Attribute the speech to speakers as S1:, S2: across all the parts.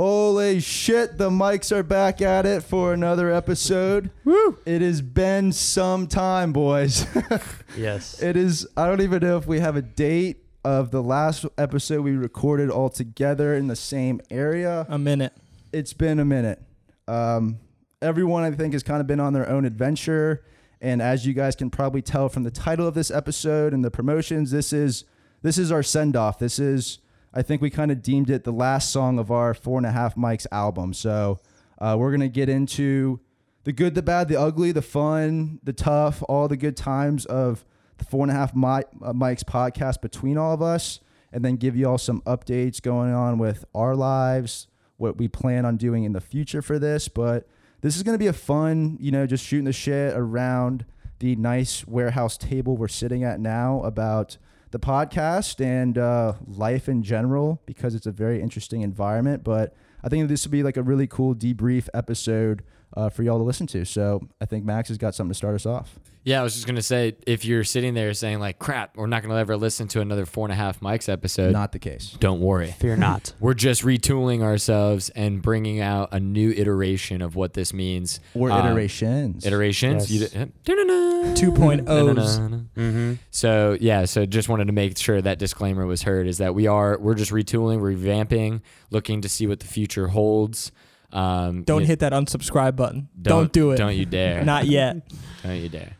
S1: Holy shit, the mics are back at it for another episode.
S2: Woo!
S1: It has been some time, boys.
S2: Yes.
S1: it is, I don't even know if we have a date of the last episode we recorded all together in the same area.
S3: a minute.
S1: It's been a minute. Um, everyone, I think, has kind of been on their own adventure. And as you guys can probably tell from the title of this episode and the promotions, this is this is our send off. This is I think we kind of deemed it the last song of our four and a half mics album. So uh, we're gonna get into the good, the bad, the ugly, the fun, the tough, all the good times of the four and a half mi- uh, mics podcast between all of us, and then give you all some updates going on with our lives, what we plan on doing in the future for this. But this is going to be a fun, you know, just shooting the shit around the nice warehouse table we're sitting at now about the podcast and uh, life in general because it's a very interesting environment. But I think this would be like a really cool debrief episode uh, for y'all to listen to. So I think Max has got something to start us off.
S2: Yeah, I was just gonna say if you're sitting there saying like, "Crap, we're not gonna ever listen to another four and a half mics episode,"
S1: Not the case.
S2: don't worry.
S4: Fear not.
S2: We're just retooling ourselves and bringing out a new iteration of what this means.
S1: Or
S2: Um,
S1: iterations.
S2: iterations.
S4: Yes.
S2: You d- 2.0s.
S3: 2.0s.
S4: Mm-hmm.
S2: So yeah, so just wanted to make sure that disclaimer was heard is that we are we're just retooling, revamping, looking to see what the future holds. Um,
S3: Don't
S2: you-
S3: hit that unsubscribe button. Don't, do it.
S2: Don't you dare.
S3: Not yet.
S2: Don't you dare.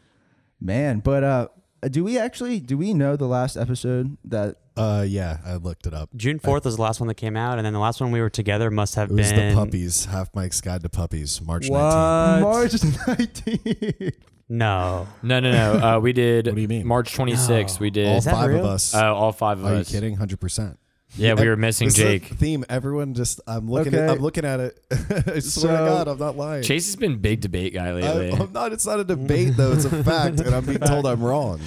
S1: Man, but uh, do we actually, do we know the last episode that
S5: Uh, yeah, I looked it up.
S4: June fourth was the last one that came out, and then the last one we were together must have
S5: It was
S4: been
S5: the puppies, Half Mike's Guide to Puppies, March
S3: what?
S5: 19th.
S1: March 19th?
S4: No,
S2: No, no, no. Uh, we did.
S5: What do you mean?
S2: March 26th. We did.
S5: All
S4: that
S5: five
S4: real?
S5: of us.
S2: Oh, all five of
S5: Are you
S2: us.
S5: kidding? 100%.
S2: Yeah, we
S5: Ev-
S2: were missing
S5: this is the
S2: Jake.
S5: theme. Everyone just, I'm looking, at,
S1: Okay.
S5: I'm looking at it. I swear
S1: So-
S5: to God, I'm not lying.
S2: Chase has been big debate guy lately.
S5: I, am not, it's not a debate, though. It's a fact, and I'm being told I'm wrong.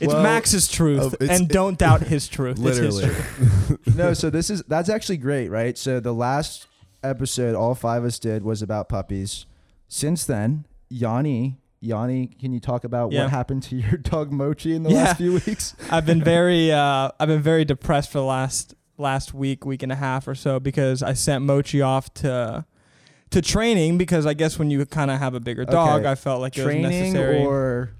S3: It's
S1: Well,
S3: Max's truth,
S5: oh, it's-
S3: and don't doubt his truth. It's his
S5: Literally.
S3: truth.
S1: no, so this is that's actually great, right? So the last episode all five of us did was about puppies. Since then, Yanni, Yanni, can you talk about
S3: Yeah.
S1: what happened to your dog Mochi in the
S3: Yeah.
S1: last few weeks?
S3: I've been very, uh, I've been very depressed for the last last week, week and a half or so, because I sent Mochi off to to training because I guess when you kind of have a bigger dog,
S1: Okay.
S3: I felt like it was
S1: Training
S3: necessary.
S1: or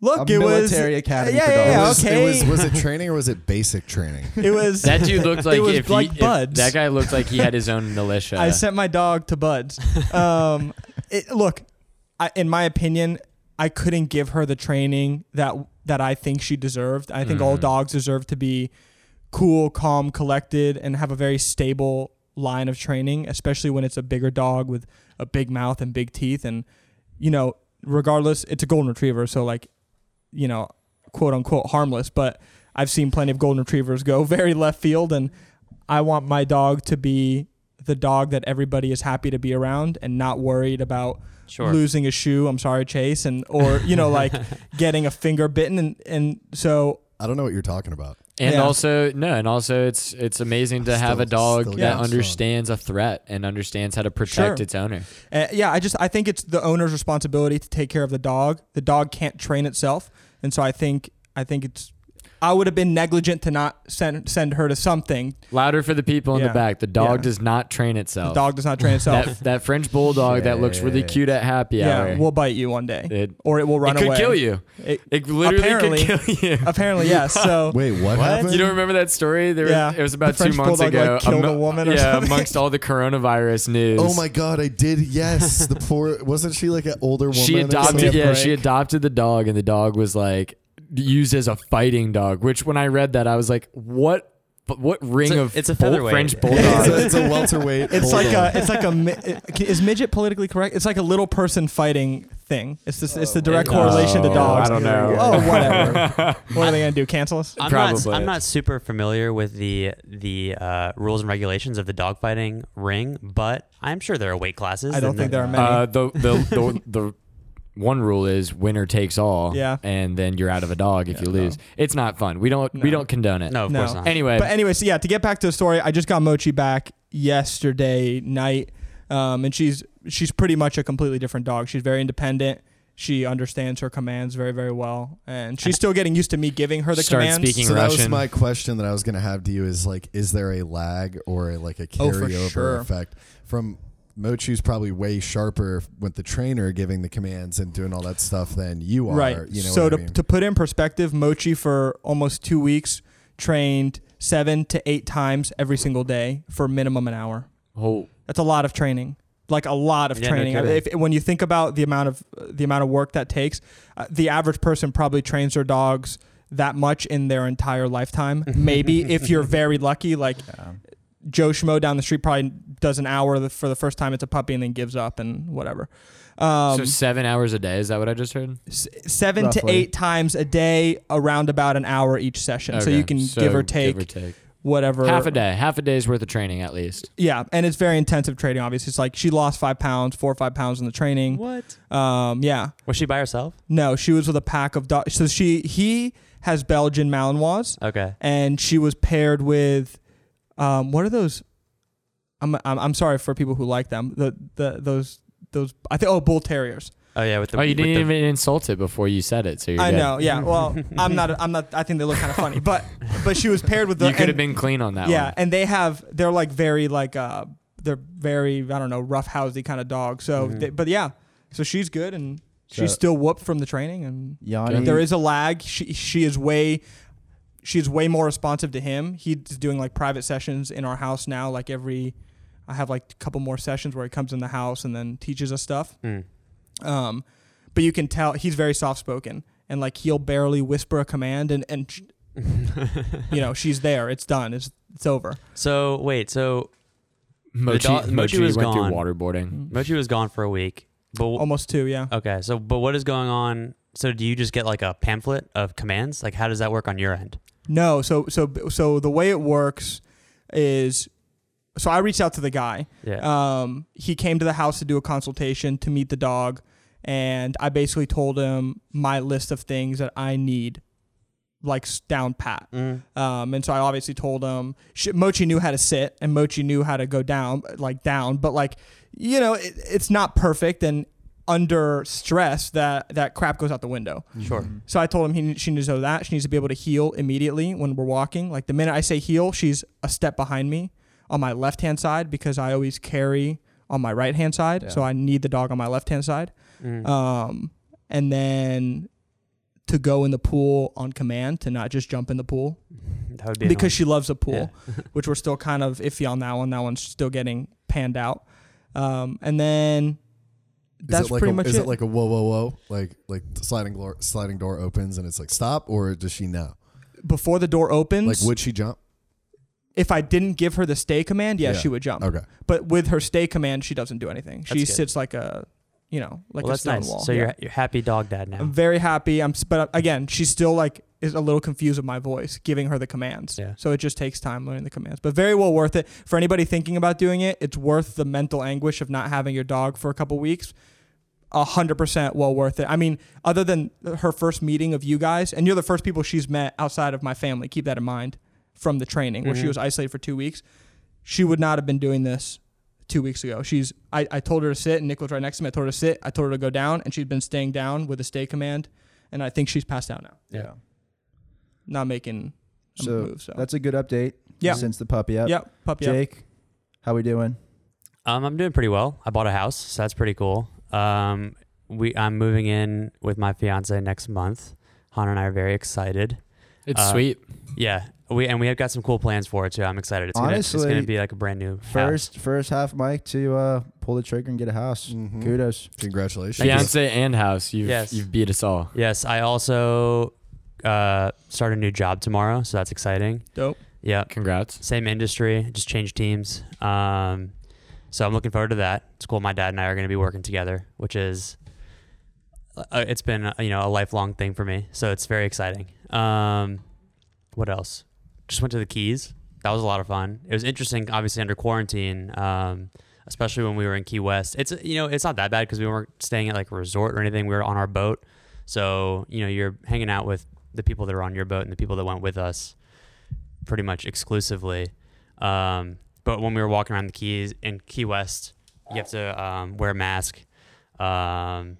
S3: Look,
S1: a
S3: it was
S1: military academy
S3: Yeah,
S1: for
S3: yeah,
S5: It
S3: yeah.
S1: dogs.
S5: was,
S3: okay.
S5: It was, was it training or was it basic training?
S3: it was.
S2: that dude looked like
S3: It was
S2: if
S3: like
S2: he, if-
S3: buds.
S2: that guy looked like he had his own militia.
S3: I sent my dog to Buds. Um, it, look, I, in my opinion, I couldn't give her the training that that I think she deserved. I think all
S2: Mhm.
S3: dogs deserve to be cool, calm, collected, and have a very stable line of training, especially when it's a bigger dog with a big mouth and big teeth. And you know, regardless, it's a golden retriever, so like, you know, quote unquote harmless. But I've seen plenty of golden retrievers go very left field, and I want my dog to be the dog that everybody is happy to be around and not worried about
S4: sure.
S3: losing a shoe. I'm sorry, Chase, and or you know like getting a finger bitten, and and so
S5: I don't know what you're talking about.
S2: and
S3: yeah.
S2: also no, and also it's it's amazing to have a
S5: Still-
S2: dog
S5: still
S2: that
S5: got
S2: understands a threat and understands how to protect
S3: Sure.
S2: its owner.
S3: Uh, yeah, I just I think it's the owner's responsibility to take care of the dog. The dog can't train itself, and so I think I think it's I would have been negligent to not send send her to something.
S2: Louder for the people in
S3: Yeah.
S2: the back. The dog
S3: Yeah.
S2: does not train
S3: The
S2: itself.
S3: dog does not train itself.
S2: Oh. that that French bulldog that looks really
S1: Shit.
S2: cute at happy
S3: yeah,
S2: hour.
S3: will bite you one day,
S2: it,
S3: or it will run
S2: it could
S3: away.
S2: kill you.
S3: It-
S2: It literally
S3: Apparently-
S2: could kill you.
S3: apparently, yes. So
S5: Wait, what, happened?
S2: You don't remember that story? There
S3: Yeah.
S2: was, it was
S3: The
S2: about two
S3: French
S2: months
S3: bulldog,
S2: ago.
S3: like, killed a woman or
S2: yeah,
S3: something.
S2: amongst all the coronavirus news.
S5: Oh my god, I did. Yes, the poor wasn't she like an older woman?
S2: She
S5: or
S2: adopted
S5: something?
S2: yeah, she adopted the dog and the dog was like used as a fighting dog, which when I read that I was like, what but what ring
S4: a-
S2: of
S4: it's a
S2: bull-
S4: featherweight.
S2: French
S5: It's
S2: bulldog?
S5: a, it's a welterweight.
S3: it's like
S5: bulldog.
S3: a it's like a mi- it- is midget politically correct? It's like a little person fighting thing. It's this it's the direct
S2: Oh,
S3: correlation to
S2: I
S3: dogs.
S2: don't know.
S3: Oh whatever. what are they gonna do? Cancel us?
S4: I'm
S2: Probably.
S4: not. I'm not super familiar with the the uh, rules and regulations of the dogfighting ring, but I'm sure there are weight classes.
S3: I don't
S4: and
S3: think
S4: that-
S3: there are many.
S2: uh, the, the the the one rule is winner takes all.
S3: Yeah.
S2: And then you're out of a dog if
S3: Yeah,
S2: you lose. It's not fun. We don't we
S3: No.
S2: don't condone it.
S4: No, of
S3: No.
S4: course not.
S2: Anyway,
S3: But anyway, so yeah, to get back to the story, I just got Mochi back yesterday night, um, and she's she's pretty much a completely different dog. She's very independent, she understands her commands very, very well, and she's still getting used to me giving her the
S2: Start
S3: commands.
S2: speaking
S5: so that was
S2: Russian.
S5: my question that I was going to have to you is like, is there a lag or a, like a
S3: Oh, for
S5: carryover
S3: sure.
S5: effect from Mochu's probably way sharper with the trainer giving the commands and doing all that stuff than you are.
S3: right.
S5: You know
S3: so
S5: what
S3: to,
S5: I mean?
S3: to put in perspective, Mochi for almost two weeks trained seven to eight times every single day for minimum an hour.
S2: Oh,
S3: That's a lot of training. Like a lot of
S4: Yeah, no
S3: training.
S4: kidding.
S3: if, when you think about the amount of the amount of work that takes, uh, the average person probably trains their dogs that much in their entire lifetime. Maybe if you're very lucky, like Joe Schmo down the street probably does an hour the- for the first time it's a puppy and then gives up and whatever. Um,
S2: so seven hours a day. Is that what I just heard?
S3: s- seven to
S1: Roughly.
S3: eight times a day, around about an hour each session. So
S2: Okay,
S3: you can give or take
S2: take.
S3: whatever.
S2: half a day, half a day's worth of training at least.
S3: Yeah, and it's very intensive training. Obviously, it's like she lost five pounds, four or five pounds in the training.
S4: What?
S3: Um, yeah,
S4: Was she by herself?
S3: no, she was with a pack of dogs. So she he has Belgian Malinois,
S4: Okay.
S3: and she was paired with um, what are those? I'm, I'm I'm sorry for people who like them. The the those those I think oh bull terriers.
S4: Oh yeah, with the
S2: oh, you
S4: with
S2: didn't
S4: the-
S2: even insult it before you said it. So you're
S3: I
S2: good.
S3: know. Yeah. Well, I'm not. I'm not. I think they look kind of funny, but but she was paired with the.
S2: you could
S3: and-
S2: have been clean on that
S3: yeah,
S2: one.
S3: and they have they're like very like uh they're very I don't know rough housey kind of dog. So
S2: Mm-hmm.
S4: Mhm.
S3: they, but yeah, so she's good and
S1: So-
S3: she's still whooped from the training and
S1: Yanni,
S3: there is a lag. She she is way she's way more responsive to him. He's doing like private sessions in our house now. Like every I have like a couple more sessions where he comes in the house and then teaches us stuff.
S4: Mm.
S3: Um, but you can tell he's very soft spoken and like he'll barely whisper a command and and sh- you know she's there. It's done. It's it's over.
S4: Mm. So wait, so
S2: Mochi,
S4: dog- Mochi
S2: Mochi
S4: was
S2: went
S4: gone.
S2: through waterboarding.
S4: Mochi was gone for a week, but
S3: Almost two. Yeah.
S4: okay. So but what is going on? So do you just get like a pamphlet of commands? Like how does that work on your end?
S3: No, so so so the way it works is so I reached out to the guy.
S4: Yeah.
S3: Um he came to the house to do a consultation to meet the dog and I basically told him my list of things that I need like s- down pat.
S4: Mm.
S3: Um, and so I obviously told him sh Mochi knew how to sit and Mochi knew how to go down, like down. But like, you know, it, it's not perfect, and under stress, that that crap goes out the window.
S5: Mm-hmm.
S1: Mm-hmm.
S4: Sure.
S3: So I told him he, she needs to know that. She needs to be able to heel immediately when we're walking. Like the minute I say heel, she's a step behind me on my left hand side because I always carry on my right hand side.
S1: Yeah.
S3: So I need the dog on my left hand side.
S4: Mm.
S3: Um, and then to go in the pool on command to not just jump in the pool
S4: that would be
S3: because she loves the pool,
S4: annoying.
S3: which we're still kind of iffy on that one. That one's still getting panned out. Um, and then that's
S5: is it like
S3: pretty
S5: a,
S3: much
S5: is it. like a whoa whoa whoa like like the sliding door sliding door opens and it's like stop or does she know
S3: Before the door opens,
S5: like would she jump
S3: if I didn't give her the stay command, yeah,
S5: Yeah.
S3: she would jump.
S5: okay
S3: But with her stay command, she doesn't do anything. She
S4: That's good.
S3: sits like a, you know, like
S4: well,
S3: a
S4: that's
S3: stone
S4: nice.
S3: wall.
S4: So
S3: Yeah. Um,
S4: you're you're happy dog dad now.
S3: I'm very happy. I'm, s- but uh, again, she's still like is a little confused with my voice, giving her the commands.
S4: Yeah.
S3: So it just takes time learning the commands, but very well worth it for anybody thinking about doing it. It's worth the mental anguish of not having your dog for a couple weeks. A hundred percent, well worth it. I mean, other than her first meeting of you guys, and you're the first people she's met outside of my family. Keep that in mind from the training where she
S4: Mhm.
S3: was isolated for two weeks. She would not have been doing this two weeks ago. She's I, I told her to sit and Nick was right next to me. I told her to sit. I told her to go down and she'd been staying down with a stay command and I think she's passed out now.
S1: yeah.
S3: Not making a
S1: So,
S3: move. So
S1: That's a good update.
S3: Yeah.
S1: Since the puppy up.
S3: yep, puppy up.
S1: Jake, how we doing?
S4: Um, I'm doing pretty well. I bought a house, so that's pretty cool. Um, we I'm moving in with my fiance next month. Hannah and I are very excited.
S2: It's
S4: Uh,
S2: sweet.
S4: Yeah, we and we have got some cool plans for it too. I'm excited. It's gonna, it's
S1: Honestly,
S4: gonna be like a brand new house.
S1: First, first half, Mike, to uh, pull the trigger and get a house.
S3: mm-hmm.
S5: Mhm.
S1: Kudos.
S5: congratulations
S2: Fiance and house, you've
S4: Yes.
S2: you've beat us all.
S4: Yes, I also uh, start a new job tomorrow, so that's exciting.
S3: Dope.
S4: Yeah,
S2: Congrats.
S4: same industry, just changed teams. Um, so I'm looking forward to that. It's cool. My dad and I are going to be working together, which is uh, it's been uh, you know a lifelong thing for me. So it's very exciting. Um, what else? Just went to the Keys. That was a lot of fun. It was interesting, obviously under quarantine, um, especially when we were in Key West. It's you know it's not that bad because we weren't staying at like a resort or anything. We were on our boat, so you know you're hanging out with the people that are on your boat and the people that went with us, pretty much exclusively. Um, but when we were walking around the Keys in Key West, you have to um, wear a mask. Um,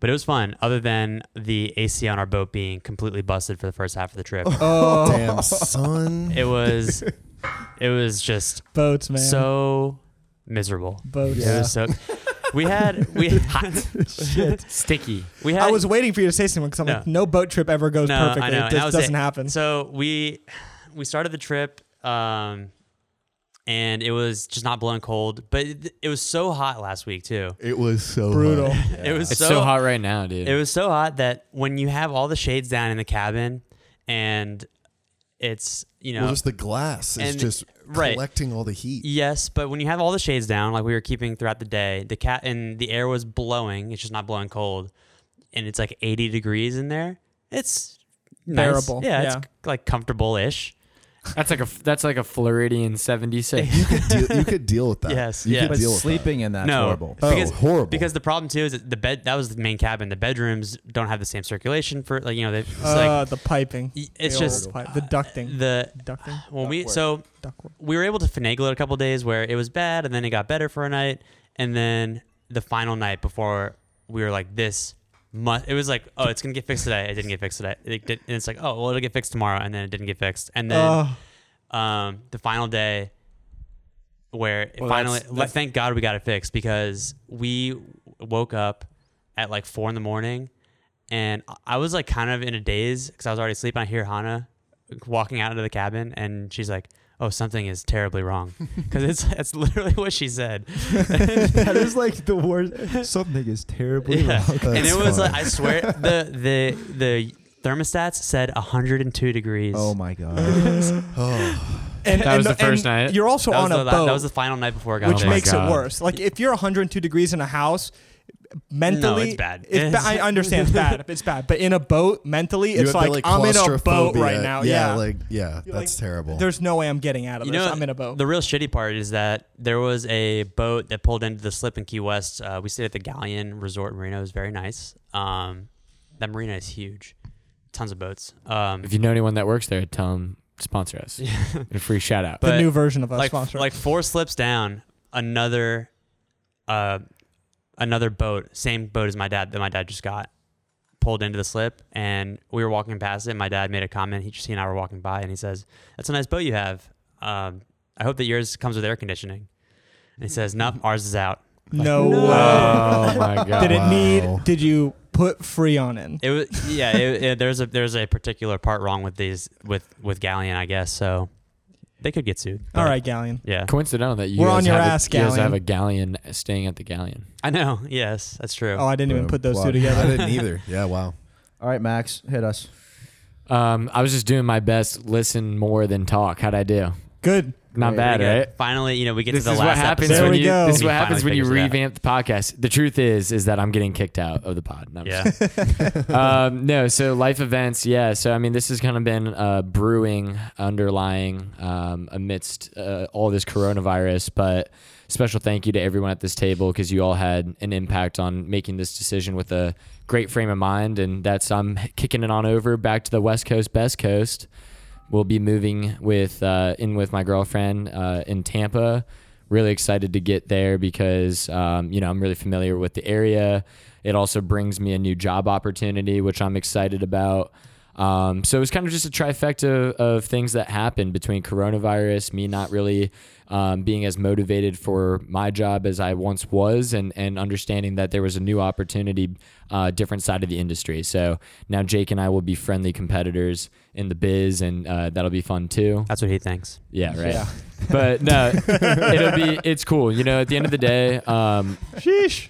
S4: But it was fun, other than the AC on our boat being completely busted for the first half of the trip.
S3: Oh,
S5: Damn son.
S4: it was, it was just
S3: boats, man.
S4: so miserable.
S3: boats.
S4: It was so. We had we hot sticky. We had
S3: I was waiting for you to say something because I'm
S4: No.
S3: like, no boat trip ever goes
S4: No, I
S3: perfectly.
S4: know,
S3: It
S4: and that
S3: just
S4: was
S3: doesn't
S4: it.
S3: happen.
S4: So we we started the trip, um, and it was just not blowing cold, but it, it was so hot last week too.
S5: It was so
S3: Brutal.
S5: hot.
S4: It was
S2: It's so, hot right now, dude.
S4: It was so hot that when you have all the shades down in the cabin, and it's you know
S5: Well, just the glass is
S4: And-
S5: just
S4: right.
S5: collecting all the heat.
S4: Yes, but when you have all the shades down, like we were keeping throughout the day, the cat and the air was blowing. It's just not blowing cold, and it's like 80 degrees in there. It's nice.
S3: Bearable,
S4: Yeah,
S3: yeah.
S4: it's like comfortable ish.
S2: that's like a that's like a Floridian '76.
S5: You could deal, you could deal with that.
S4: Yes,
S5: you
S4: yeah.
S5: could
S1: But
S5: deal with
S1: sleeping in that's
S4: no,
S1: horrible.
S5: that. Oh,
S4: because
S5: horrible.
S4: because the problem too is that the bed that was the main cabin. The bedrooms don't have the same circulation for like you know they it's
S3: uh,
S4: like
S3: the piping.
S4: y- it's
S3: The old
S4: just uh,
S3: pipe- the ducting.
S4: the
S3: ducting.
S4: when we so
S3: Ductwork.
S4: we were able to finagle it a couple days where it was bad and then it got better for a night and then the final night before we were like this must it was like oh it's gonna get fixed today it didn't get fixed today it did, and it's like oh well it'll get fixed tomorrow and then it didn't get fixed and then
S3: Oh,
S4: um the final day where it
S2: Well,
S4: finally
S2: that's-
S4: le-
S2: that's-
S4: thank god we got it fixed because we woke up at like four in the morning and I- i was like kind of in a daze because i was already asleep and i hear hannah walking out into the cabin and she's like oh something is terribly wrong because it's that's literally what she said
S1: that is like the worst. Something is terribly
S4: Yeah.
S1: wrong.
S4: and
S5: That's
S4: it was
S5: funny.
S4: like i swear the the the thermostats said 102 degrees
S1: Oh my god.
S3: Ah.
S5: Oh,
S3: and,
S2: That was
S3: the,
S2: the first night.
S3: You're also
S4: that was,
S3: on a
S4: the,
S3: boat,
S4: that was the final night before it got
S3: which
S4: fixed.
S2: Oh my
S3: makes it
S2: God.
S3: worse. Like if you're 102 degrees in a house, mentally,
S4: it's bad.
S3: It's ba- I understand it's bad. It's bad, but in a boat, mentally,
S5: you
S3: it's
S5: have
S3: like,
S5: that, like
S3: I'm in a boat
S5: claustrophobia.
S3: right now.
S5: Yeah,
S3: Yeah,
S5: like yeah,
S3: You're
S5: that's
S3: like,
S5: terrible.
S3: there's no way I'm getting out of
S4: You
S3: this.
S4: know,
S3: I'm in a boat.
S4: The real shitty part is that there was a boat that pulled into the slip in Key West. Uh, we stayed at the Galleon Resort Marina. It was very nice. Um, that marina is huge. Tons of boats. Um,
S2: If you know anyone that works there, tell them sponsor us. a free shout out.
S3: the
S4: but
S3: new version of us
S4: like
S3: sponsor.
S4: like four slips down, another, uh, another boat, same boat as my dad that my dad just got, pulled into the slip, and we were walking past it. My dad made a comment. He just he and I were walking by, and he says, "That's a nice boat you have. Um, I hope that yours comes with air conditioning." And he says, "Nope, ours is out."
S3: no,
S4: No.
S3: way.
S2: oh my god.
S3: Did it
S5: Wow.
S3: need? Did you put Freon in?
S4: It was yeah. It, it, there's a there's a particular part wrong with these with with Galleon, I guess. So they could get sued.
S3: All
S4: but
S3: right, Galleon.
S4: Yeah,
S2: Coincidental that you
S3: We're
S2: guys
S3: on your
S2: have
S3: ass,
S2: a, you guys
S3: Galleon.
S2: have a galleon staying at the galleon.
S4: I know. Yes, that's true.
S3: Oh, I didn't even
S5: Boom.
S3: put those
S5: Wow.
S3: two
S5: I
S3: together.
S5: didn't either. Yeah, wow.
S1: All right, Max, hit us.
S2: Um, I was just doing my best, listen more than talk. How'd I do?
S3: Good.
S2: Not
S1: Great.
S2: bad,
S4: Pretty good.
S2: right?
S4: Finally, you know, we get
S2: This
S4: to the
S2: is
S4: last
S2: what happens
S4: episode.
S3: There
S2: when
S3: we
S2: you.
S3: go.
S2: This is
S4: He
S2: what happens
S4: finally
S2: when you
S4: figures it out.
S2: revamp the podcast. The truth is, is that I'm getting kicked out of the pod. No, I'm
S4: Yeah.
S2: um, no, so life events, yeah. So I mean, this has kind of been uh, brewing, underlying, um, amidst uh, all this coronavirus. But special thank you to everyone at this table because you all had an impact on making this decision with a great frame of mind, and that's I'm kicking it on over back to the West Coast, Best Coast. We'll be moving with uh, in with my girlfriend uh, in Tampa. Really excited to get there because um, you know I'm really familiar with the area. It also brings me a new job opportunity, which I'm excited about. Um, so it was kind of just a trifecta of things that happened between coronavirus, me not really um, being as motivated for my job as I once was, and and understanding that there was a new opportunity, uh, different side of the industry. So now Jake and I will be friendly competitors in the biz, and uh, that'll be fun too.
S4: That's what he thinks.
S2: Yeah, right. But no, it'll be it's cool. You know, at the end of the day, um,
S3: Sheesh.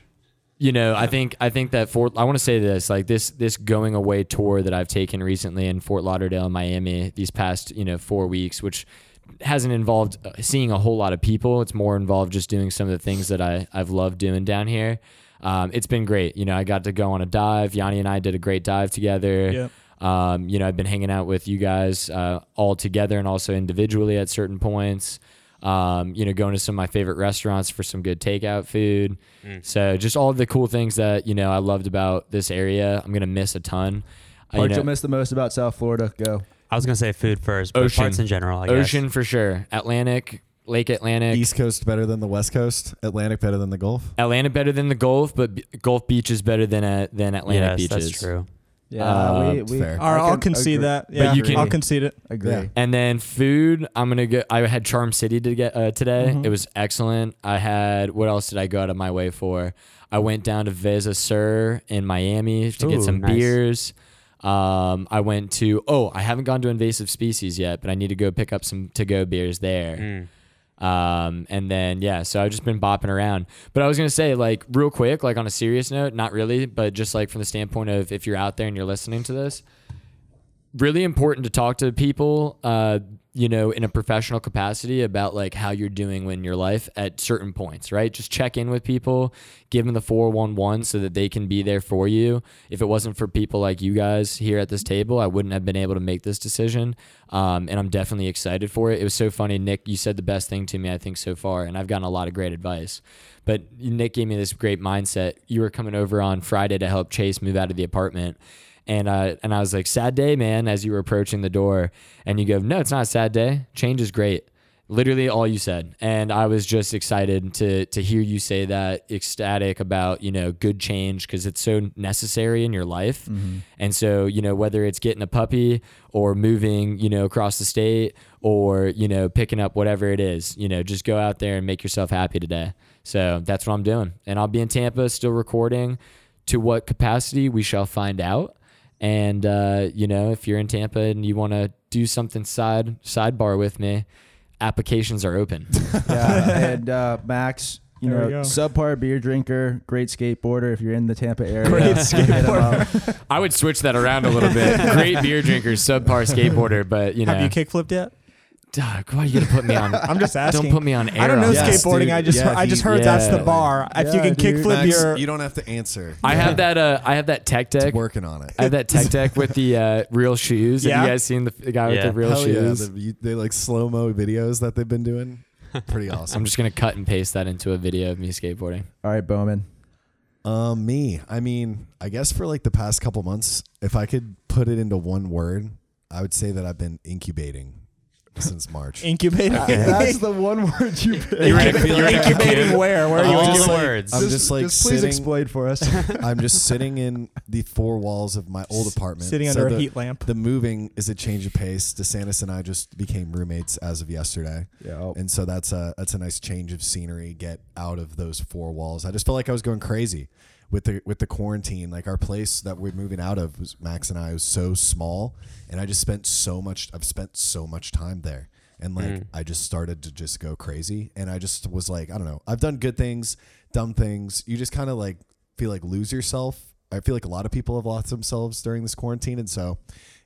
S2: you know, I think I think that Fort. I want to say this, like this this going away tour that I've taken recently in Fort Lauderdale and Miami these past you know four weeks, which hasn't involved uh, seeing a whole lot of people. It's more involved just doing some of the things that I I've loved doing down here. Um, it's been great. You know, I got to go on a dive. Yanni and I did a great dive together.
S3: Yep.
S2: Um, you know, I've been hanging out with you guys uh, all together and also individually at certain points. Um, you know, going to some of my favorite restaurants for some good takeout food. So just all the cool things that you know I loved about this area. I'm gonna miss a ton. Uh, you
S1: Part
S2: know,
S1: you'll miss the most about South Florida. Go.
S4: I was gonna say food first, but
S2: Ocean.
S4: parts in general. I guess.
S2: ocean for sure. Atlantic, Lake Atlantic.
S5: East Coast better than the West Coast. Atlantic better than the Gulf.
S2: Atlanta better than the Gulf, but B- Gulf Beach is better than uh, than Atlantic
S4: yes,
S2: beaches.
S4: that's true.
S1: Yeah,
S2: Uh,
S1: we, we,
S5: fair.
S3: All right,
S1: I
S3: I'll concede
S1: agree-
S3: that.
S2: But
S3: Yeah,
S2: you can-
S3: I'll concede it.
S1: Agree.
S5: Yeah.
S2: And then food, I'm gonna go. I had Charm City to get uh, today.
S3: Mhm.
S4: Mm-hmm.
S2: It was excellent. I had what else did I go out of my way for? I went down to Vesa Sur in Miami to get
S4: Ooh,
S2: some
S4: nice.
S2: beers. Um, I went to oh, I haven't gone to Invasive Species yet, but I need to go pick up some to go beers there.
S4: Mm.
S2: Um, and then yeah, so I've just been bopping around. But I was gonna say, like, real quick, like on a serious note, not really, but just like from the standpoint of if you're out there and you're listening to this, really important to talk to people, uh, you know, in a professional capacity about like how you're doing in your life at certain points, right? Just check in with people, give them the 411 so that they can be there for you. If it wasn't for people like you guys here at this table, I wouldn't have been able to make this decision. Um, and I'm definitely excited for it. It was so funny. Nick, you said the best thing to me, I think, so far. And I've gotten a lot of great advice. But Nick gave me this great mindset. You were coming over on Friday to help Chase move out of the apartment and uh, and I was like, "Sad day, man." As you were approaching the door, and you go, "No, it's not a sad day. Change is great." Literally all you said, and I was just excited to to hear you say that, ecstatic about you know good change because it's so necessary in your life, and so you know whether it's getting a puppy or moving you know across the state or you know picking up whatever it is, you know just go out there and make yourself happy today. So that's what I'm doing, and I'll be in Tampa still recording. To what capacity we shall find out. And uh, you know, if you're in Tampa and you want to do something side sidebar with me, applications are open.
S1: yeah. And uh, Max, you
S3: There we
S1: know,
S3: go.
S1: subpar beer drinker, great skateboarder. If you're in the Tampa area,
S3: Great
S1: hit him up.
S2: I would switch that around a little bit. Great beer drinker, subpar skateboarder, but you know,
S3: Have you kickflipped yet?
S2: Doug, why are you gonna put me on?
S3: I'm just asking.
S2: Don't put me on air.
S3: I don't know
S2: on this.
S5: Yes,
S3: skateboarding.
S5: dude.
S3: I just
S5: Yeah,
S3: I just
S5: he-
S3: heard that's
S2: yeah.
S3: the bar. if you
S1: Yeah,
S3: can
S1: dude.
S3: kickflip
S5: Max,
S3: your
S5: you don't have to answer.
S2: I have that. Uh, I have that tech
S5: It's
S2: deck.
S5: working on it.
S2: I have that tech deck with the uh, real shoes. Have
S3: Yeah.
S2: you guys seen the, the guy with
S4: Yeah.
S2: the real
S5: Hell
S2: shoes?
S5: yeah, the, you- they like slow mo videos that they've been doing. Pretty awesome.
S2: I'm just gonna cut and paste that into a video of me skateboarding.
S1: All right, Bowman.
S5: Um, me. I mean, I guess for like the past couple months, if I could put it into one word, I would say that I've been incubating since March.
S3: incubator.
S5: That's the one word you picked.
S2: You're in a- you're in a
S3: incubating where? Where are you?
S4: All
S5: just
S4: the
S5: like-
S4: words.
S5: I'm just like
S1: please
S5: sitting-
S1: explain for us.
S5: I'm just sitting in the four walls of my old apartment,
S3: Sitting
S5: So
S3: under a
S5: the-
S3: heat lamp.
S5: The moving is a change of pace. DeSantis and I just became roommates as of yesterday.
S1: yeah, I'll-
S5: and so that's a that's a nice change of scenery get out of those four walls i just felt like i was going crazy with the with the quarantine like our place that we're moving out of was max and i was so small and i just spent so much i've spent so much time there and like
S4: Mm.
S5: i just started to just go crazy and i just was like i don't know i've done good things dumb things you just kind of like feel like lose yourself i feel like a lot of people have lost themselves during this quarantine and so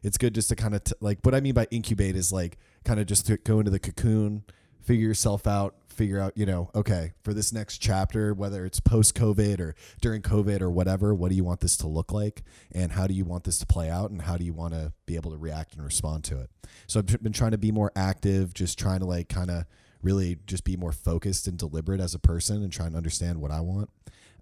S5: it's good just to kind of t- like what i mean by incubate is like kind of just to go into the cocoon figure yourself out figure out you know okay for this next chapter whether it's post covid or during covid or whatever what do you want this to look like and how do you want this to play out and how do you want to be able to react and respond to it so i've tr- been trying to be more active just trying to like kind of really just be more focused and deliberate as a person and trying to understand what i want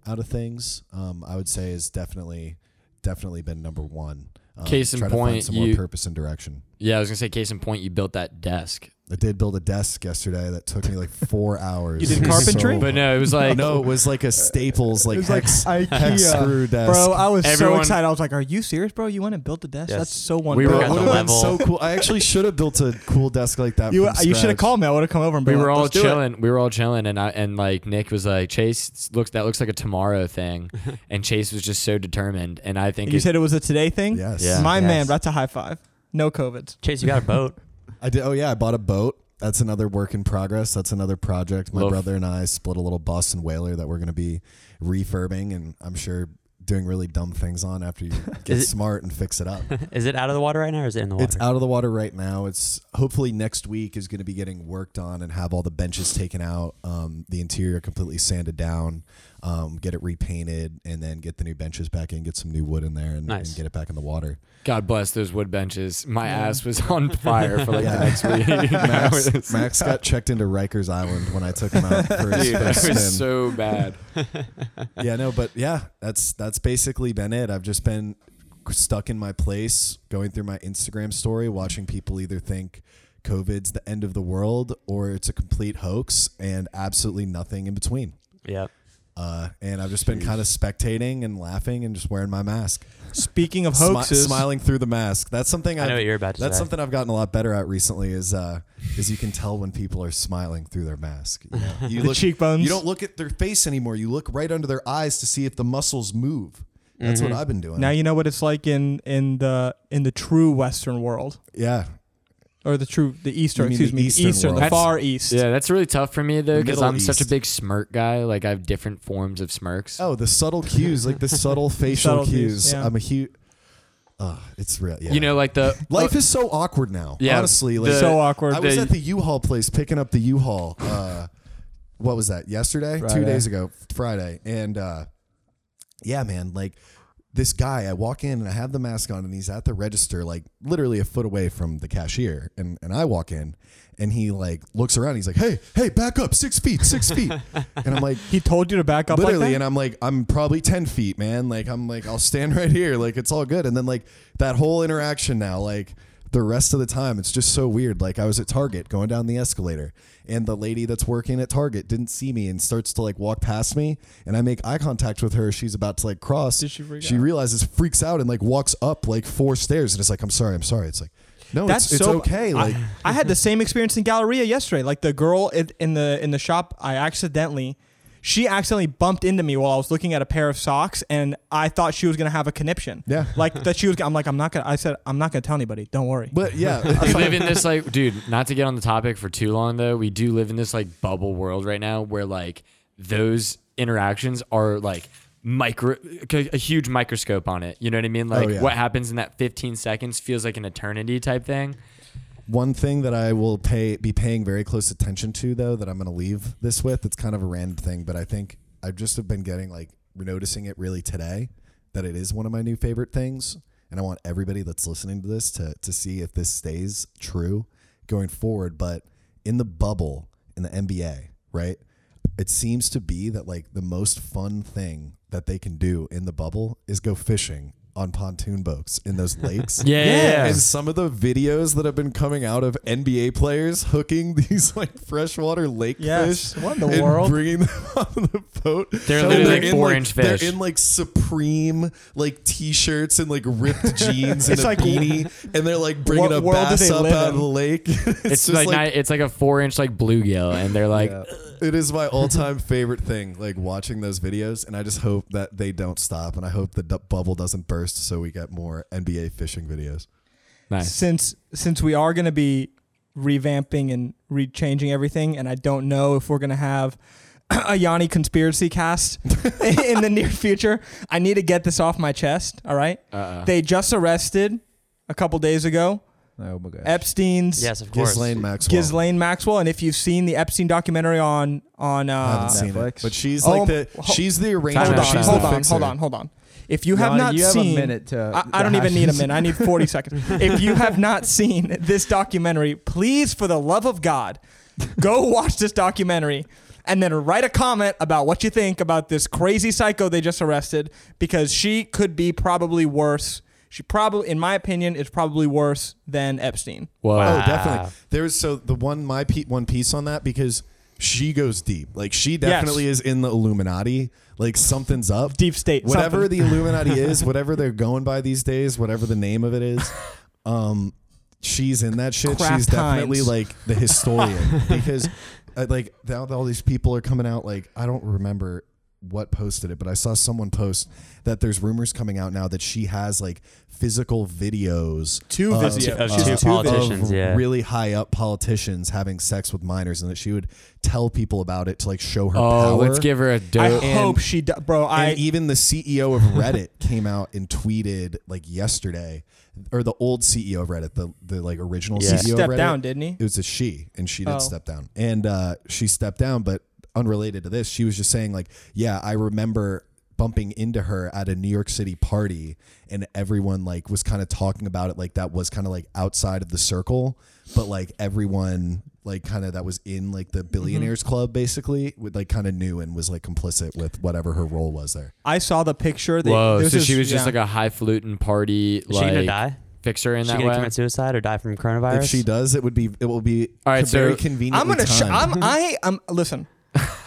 S5: out of things um, i would say is definitely definitely been number one um,
S2: Case in
S5: try to find
S2: point,
S5: some
S2: you-
S5: more purpose and direction
S2: Yeah, I was gonna say case in point, you built that desk,
S5: I did build a desk yesterday that took me like four hours.
S3: You did carpentry?
S5: So-
S2: but no, it was like
S5: no, it was like a Staples, like
S3: was like
S5: hex,
S3: IKEA.
S5: hex screw desk.
S3: Bro, I was so
S2: Everyone-
S3: excited. I was like, "Are you serious, bro? You went and built a desk?
S4: Yes.
S3: That's so
S2: We
S3: wonderful."
S5: Bro,
S2: were
S5: it
S2: on
S5: would
S2: the
S5: have been
S4: level.
S5: so cool. I actually should have built a cool desk like that.
S3: You,
S5: from
S3: you should have
S5: scratch.
S3: called me. I would have come over and been
S2: we
S3: like,
S2: were all
S3: "Let's do it."
S2: chilling. We were all chilling, and I and like Nick was like Chase looks that looks like a tomorrow thing, and Chase was just so determined. And I think
S3: You
S2: it-
S3: said it was a today thing.
S5: Yes.
S2: Yeah.
S3: My
S4: Yes.
S3: man, that's a high five. No COVID.
S4: Chase, you got a boat.
S5: I did. Oh yeah, I bought a boat. That's another work in progress. That's another project. My
S2: Love.
S5: brother and I split a little bus and whaler that we're going to be refurbing, and I'm sure doing really dumb things on after you get
S4: Is it-
S5: smart and fix it up.
S4: is it out of the water right now, or is it in the water?
S5: It's out of the water right now. It's hopefully next week is going to be getting worked on and have all the benches taken out, um, the interior completely sanded down, um, get it repainted, and then get the new benches back in, get some new wood in there, and,
S4: Nice.
S5: and get it back in the water.
S2: God bless those wood benches. My
S3: Yeah.
S2: ass was on fire for like
S5: Yeah.
S2: the next week. That
S5: Max,
S2: was-
S5: Max got checked into Rikers Island when I took him out for his
S2: Dude, that
S5: first spin.
S2: was so bad.
S5: yeah, no, but yeah, that's that's basically been it. I've just been stuck in my place, going through my Instagram story, watching people either think COVID's the end of the world or it's a complete hoax and absolutely nothing in between.
S4: Yep.
S5: Uh, and I've just been kind of spectating and laughing and just wearing my mask,
S3: Speaking of
S5: Smi-
S3: hoaxes,
S5: smiling through the mask. That's something
S4: I know
S5: I've-
S4: what you're about to
S5: that's
S4: say.
S5: something I've gotten a lot better at recently. Is uh, is you can tell when people are smiling through their mask. You, know? You
S3: the
S5: look-
S3: cheekbones.
S5: you don't look at their face anymore. You look right under their eyes to see if the muscles move. That's
S2: Mm-hmm.
S5: what I've been doing.
S3: now you know what it's like in in the in the true Western world
S5: yeah,
S3: or the true the Eastern.
S5: You mean
S3: Excuse
S5: the
S3: me,
S5: Eastern
S3: the Eastern,
S5: world.
S3: the
S5: That's-
S3: Far East.
S2: Yeah, that's really tough for me though because
S5: Middle
S2: I'm such a
S5: East.
S2: big smirk guy. Like I have different forms of smirks.
S5: Oh, the subtle cues, like the subtle facial
S3: Subtleties,
S5: cues.
S3: yeah.
S5: I'm a huge. Uh, it's real. Yeah.
S2: You know, like the oh,
S5: life is so awkward now.
S2: Yeah,
S5: honestly, like
S2: the-
S3: So awkward.
S5: I was
S2: the-
S5: at the U-Haul place picking up the U-Haul. Uh, what was that? Yesterday, two
S1: Friday.
S5: days ago, Friday, and uh, yeah, man, like this guy. I walk in and I have the mask on, and he's at the register, like literally a foot away from the cashier, and and I walk in, and he like looks around. He's like, "Hey, hey, back up, six feet, six feet," and I'm like.
S3: He told you to back up
S5: literally
S3: like
S5: and
S3: that.
S5: i'm like i'm probably 10 feet man like i'm like i'll stand right here like it's all good and then like that whole interaction now like the rest of the time it's just so weird like i was at target going down the escalator and the lady that's working at target didn't see me and starts to like walk past me and i make eye contact with her she's about to like cross
S3: Did she freak
S5: she
S3: out?
S5: realizes freaks out and like walks up like four stairs and it's like i'm sorry i'm sorry it's like no
S3: That's
S5: it's, it's
S3: so-
S5: okay like
S3: I had the same experience in Galleria yesterday. Like the girl in in the in the shop, I accidentally, she accidentally bumped into me while I was looking at a pair of socks, and I thought she was gonna have a conniption.
S5: Yeah.
S3: like that she was. I'm like, I'm not gonna. I said, I'm not gonna tell anybody. Don't worry.
S5: but
S2: we
S5: yeah
S2: live in this like dude not to get on the topic for too long though we do live in this like bubble world right now where like those interactions are like micro a a huge microscope on it you know what i mean like
S5: Oh, yeah.
S2: what happens in that 15 seconds feels like an eternity type thing
S5: One thing that I will pay be paying very close attention to though that I'm going to leave this with. It's kind of a random thing, but I think I've just have been getting like noticing it really today that it is one of my new favorite things, and I want everybody that's listening to this to to see if this stays true going forward, but in the bubble in the NBA, right? It seems to be that like the most fun thing that they can do in the bubble is go fishing on pontoon boats in those lakes. And some of the videos that have been coming out of NBA players hooking these like freshwater lake
S3: Yes.
S5: fish,
S3: What in the
S5: and
S3: world?
S5: bringing them on the boat.
S2: They're
S5: And
S2: literally
S5: in,
S2: four-inch
S5: They're
S2: fish.
S5: in like supreme like t-shirts and like ripped jeans and
S3: It's
S5: a
S3: like-
S5: beanie, and they're like bringing
S3: What
S5: a
S3: world do
S5: bass
S3: they
S5: up
S3: live
S5: out of
S3: in?
S5: the lake. it's,
S2: it's
S5: just
S2: like,
S5: like,
S2: ni- it's like a four inch like bluegill and they're like
S1: Yeah.
S5: it is my all-time favorite thing, like watching those videos. And I just hope that they don't stop, and I hope the du- bubble doesn't burst, so we get more NBA fishing videos.
S2: nice
S3: since since we are going to be revamping and rechanging everything, and I don't know if we're going to have a Yanni conspiracy cast in the near future. I need to get this off my chest. All right,
S5: Uh-huh. uh,
S2: uh-uh.
S3: they just arrested a couple days ago
S1: Oh my gosh.
S3: Epstein's
S4: Yes, of course.
S5: Ghislaine Maxwell.
S3: Ghislaine Maxwell, and if you've seen the Epstein documentary on on
S5: I
S3: uh,
S5: haven't seen
S1: Netflix.
S5: it, but she's
S3: Oh,
S5: like the
S3: ho-
S5: she's the arranger.
S2: Time
S3: hold
S2: out,
S3: on,
S5: she's
S2: time
S5: the
S3: hold on,
S5: fixer.
S3: hold on, hold on. If you have
S1: Yanni,
S3: not
S1: you have
S3: seen,
S1: a minute to.
S3: I, I don't even need a minute. I need 40 seconds. If you have not seen this documentary, please, for the love of God, go watch this documentary and then write a comment about what you think about this crazy psycho they just arrested because she could be probably worse. She probably, in my opinion, is probably worse than Epstein.
S2: Whoa.
S5: Oh,
S4: Wow.
S5: definitely. There was so the one my pe- one piece on that because she goes deep. Like she definitely is in the Illuminati. Like something's up.
S3: Deep state.
S5: Whatever
S3: something.
S5: the Illuminati is, whatever they're going by these days, whatever the name of it is, um, she's in that shit.
S3: Kraft
S5: she's definitely
S3: Heinz.
S5: like the historian because uh, like now that all these people are coming out. Like I don't remember what posted it, but I saw someone post that there's rumors coming out now that she has like physical videos
S3: Two
S5: of-
S3: videos.
S4: of
S3: She's
S4: two politicians,
S5: of
S4: yeah.
S5: really high up politicians having sex with minors, and that she would tell people about it to like show her
S2: oh
S5: power.
S2: let's give her a
S3: I
S2: dope
S3: hope she, do- bro. I
S5: and even the CEO of Reddit came out and tweeted like yesterday, or the old CEO of Reddit, the the like original
S4: Yeah.
S5: CEO
S3: he
S5: of
S3: stepped
S5: Reddit.
S3: down, didn't he?
S5: It was a she, and she did
S3: Oh.
S5: step down, and uh, she stepped down. But unrelated to this, she was just saying like, yeah, I remember bumping into her at a New York City party, and everyone like was kind of talking about it like that was kind of like outside of the circle, but like everyone like kind of that was in like the billionaires club basically with like kind of knew and was like complicit with whatever her role was there.
S3: I saw the picture. That
S2: whoa
S3: this
S2: so
S3: is-
S2: she was just
S3: yeah.
S2: like a highfalutin party
S4: Is she
S2: like
S4: gonna die?
S2: fix her in
S4: Is she
S2: that
S4: gonna
S2: way.
S4: commit suicide or die from coronavirus?
S5: If she does, it would be it will be
S2: All right,
S5: very
S2: so-
S5: convenient.
S3: I'm gonna. Sh-
S5: timed.
S3: I'm. I. am Listen.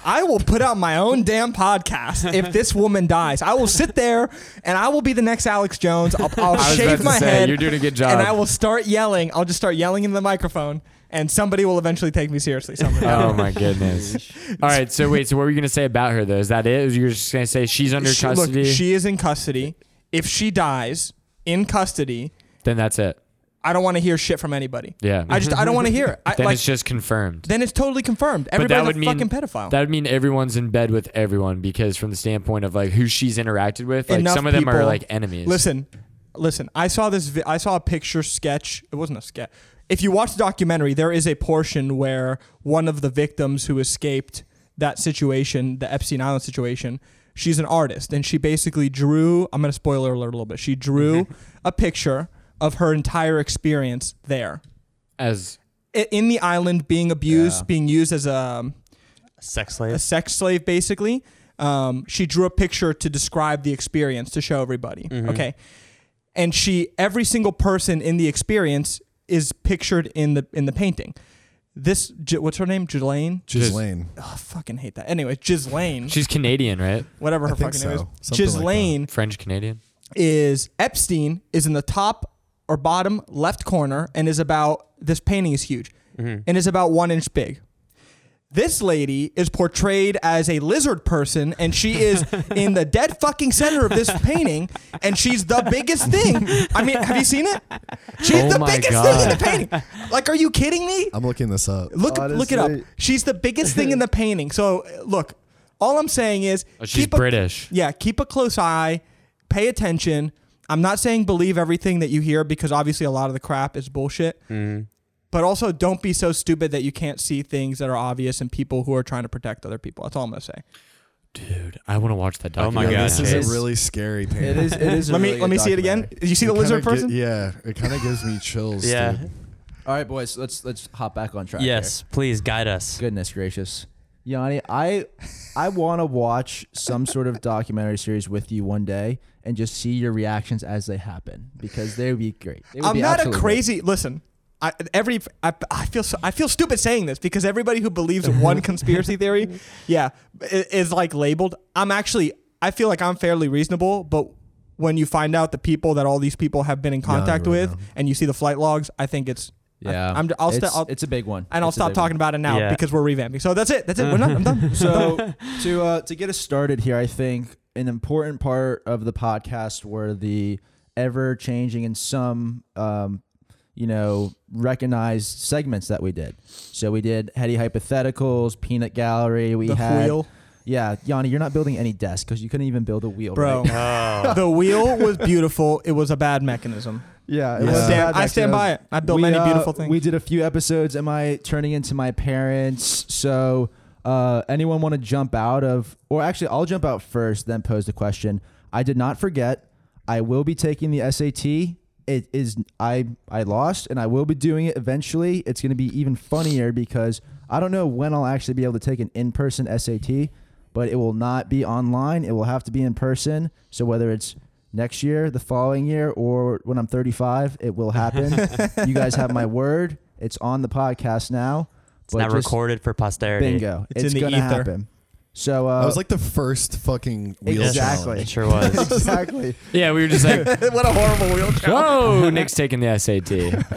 S3: I will put out my own damn podcast if this woman dies. I will sit there and I will be the next Alex Jones. I'll, I'll
S2: I was about
S3: shave
S2: to
S3: my
S2: say,
S3: head.
S2: you're doing a good job.
S3: And I will start yelling. I'll just start yelling into the microphone, and somebody will eventually take me seriously. Somebody.
S2: oh my goodness. All right. So wait. So what were you gonna say about her though? Is that it? You're just gonna say she's under
S3: She-
S2: custody?
S3: Look, she is in custody. If she dies in custody,
S2: then that's it.
S3: I don't want to hear shit from anybody.
S2: Yeah. Mm-hmm.
S3: I just. I don't want to hear it. I,
S2: then
S3: like,
S2: it's just confirmed.
S3: then it's totally confirmed.
S2: But
S3: Everybody's
S2: that would
S3: a
S2: mean
S3: fucking pedophile.
S2: That would mean everyone's in bed with everyone because from the standpoint of like who she's interacted with, like
S3: Enough
S2: some of them are
S3: people-
S2: like enemies.
S3: Listen, listen. I saw this. Vi- I saw a picture sketch. It wasn't a sketch. If you watch the documentary, there is a portion where one of the victims who escaped that situation, the Epstein Island situation, she's an artist and she basically drew. I'm gonna spoiler alert a little bit. She drew a picture of her entire experience there
S2: as
S3: I- in the island, being abused,
S5: Yeah.
S3: being used as a
S4: Sex
S3: a
S4: slave.
S3: sex slave basically. Um, she drew a picture to describe the experience to show everybody.
S5: Mm-hmm.
S3: Okay, and she every single person in the experience is pictured in the in the painting. This J- what's her name? Ghislaine.
S5: Ghislaine.
S3: Oh, I fucking hate that. Anyway, Ghislaine,
S2: she's Canadian, right?
S3: whatever her
S5: I think
S3: fucking name
S5: so.
S3: is.
S5: Something like that.
S3: Ghislaine
S2: French Canadian.
S3: is Epstein is in the top or bottom left corner and is about this painting is huge
S4: Mm-hmm.
S3: and is about one inch big. This lady is portrayed as a lizard person and she is in the dead fucking center of this painting and she's the biggest thing. I mean, have you seen it? She's
S2: Oh
S3: the
S2: my
S3: biggest thing in the painting. Like, are you kidding me?
S5: I'm looking this up.
S3: Look, look it up.
S1: Honestly.
S3: She's the biggest thing in the painting. So, look, all I'm saying is
S2: Oh, she's
S3: keep a-
S2: British.
S3: yeah, keep a close eye, pay attention. I'm not saying believe everything that you hear because obviously a lot of the crap is bullshit.
S4: Mm-hmm.
S3: But also don't be so stupid that you can't see things that are obvious and people who are trying to protect other people. That's all I'm gonna say.
S2: Dude, I want to watch that
S4: Oh my
S2: documentary.
S5: Yeah,
S4: God,
S5: this is
S4: Chase.
S5: a really scary painting.
S1: It is. It is. a
S3: let me
S1: really
S3: let
S1: good
S3: me see it again.
S1: documentary.
S3: You see the
S5: It kinda
S3: lizard
S5: gi-
S3: person?
S5: yeah, it kind of gives me chills.
S4: Yeah.
S5: dude.
S1: All right, boys. Let's let's hop back on track.
S4: Yes. Please guide us.
S1: here. Goodness gracious, Yanni, I I want to watch some sort of documentary series with you one day and just see your reactions as they happen because they would be great. They would
S3: I'm
S1: be
S3: not a
S1: absolutely
S3: crazy listen. I, every I, I feel so, I feel stupid saying this because everybody who believes in one conspiracy theory, yeah, i- is like labeled. I'm actually I feel like I'm fairly reasonable, but when you find out the people that all these people have been in contact
S5: really
S3: with
S5: know.
S3: and you see the flight logs, I think it's
S1: great. Yeah,
S3: I, am I'll, st-
S1: it's,
S3: I'll
S1: it's a big one,
S3: and I'll
S1: It's a
S3: stop
S1: big
S3: talking
S1: one.
S3: about it now
S4: Yeah.
S3: because we're revamping. So that's it. That's it. We're done. I'm done.
S1: So to uh, to get us started here, I think an important part of the podcast were the ever changing and some um, you know recognized segments that we did. So we did heady hypotheticals, peanut gallery. We
S3: the
S1: had
S3: wheel,
S1: yeah, Yanni, you're not building any desk because you couldn't even build a wheel,
S4: Oh,
S3: bro.
S1: right?
S3: the wheel was beautiful. It was a bad mechanism.
S1: Yeah,
S5: it was
S3: Stand- I stand by it. I built
S1: We,
S3: many
S1: uh,
S3: beautiful things.
S1: We did a few episodes. Am I turning into my parents? So, uh, anyone want to jump out of, or actually, I'll jump out first, then pose the question. I did not forget. I will be taking the SAT. It is I I lost, and I will be doing it eventually. It's going to be even funnier because I don't know when I'll actually be able to take an in-person SAT, but it will not be online. It will have to be in person. So whether it's next year, the following year, or when I'm 35, it will happen. you guys have my word. It's on the podcast now.
S4: It's now
S1: just
S4: recorded for posterity.
S1: Bingo.
S3: It's
S1: It's,
S3: in the
S1: gonna
S3: ether.
S1: happen. So uh,
S5: I was like the first fucking wheel
S1: Exactly.
S4: It
S5: challenge.
S4: sure was.
S1: exactly.
S2: Yeah, we were just like,
S3: what a horrible wheel
S2: whoa, Nick's taking the SAT.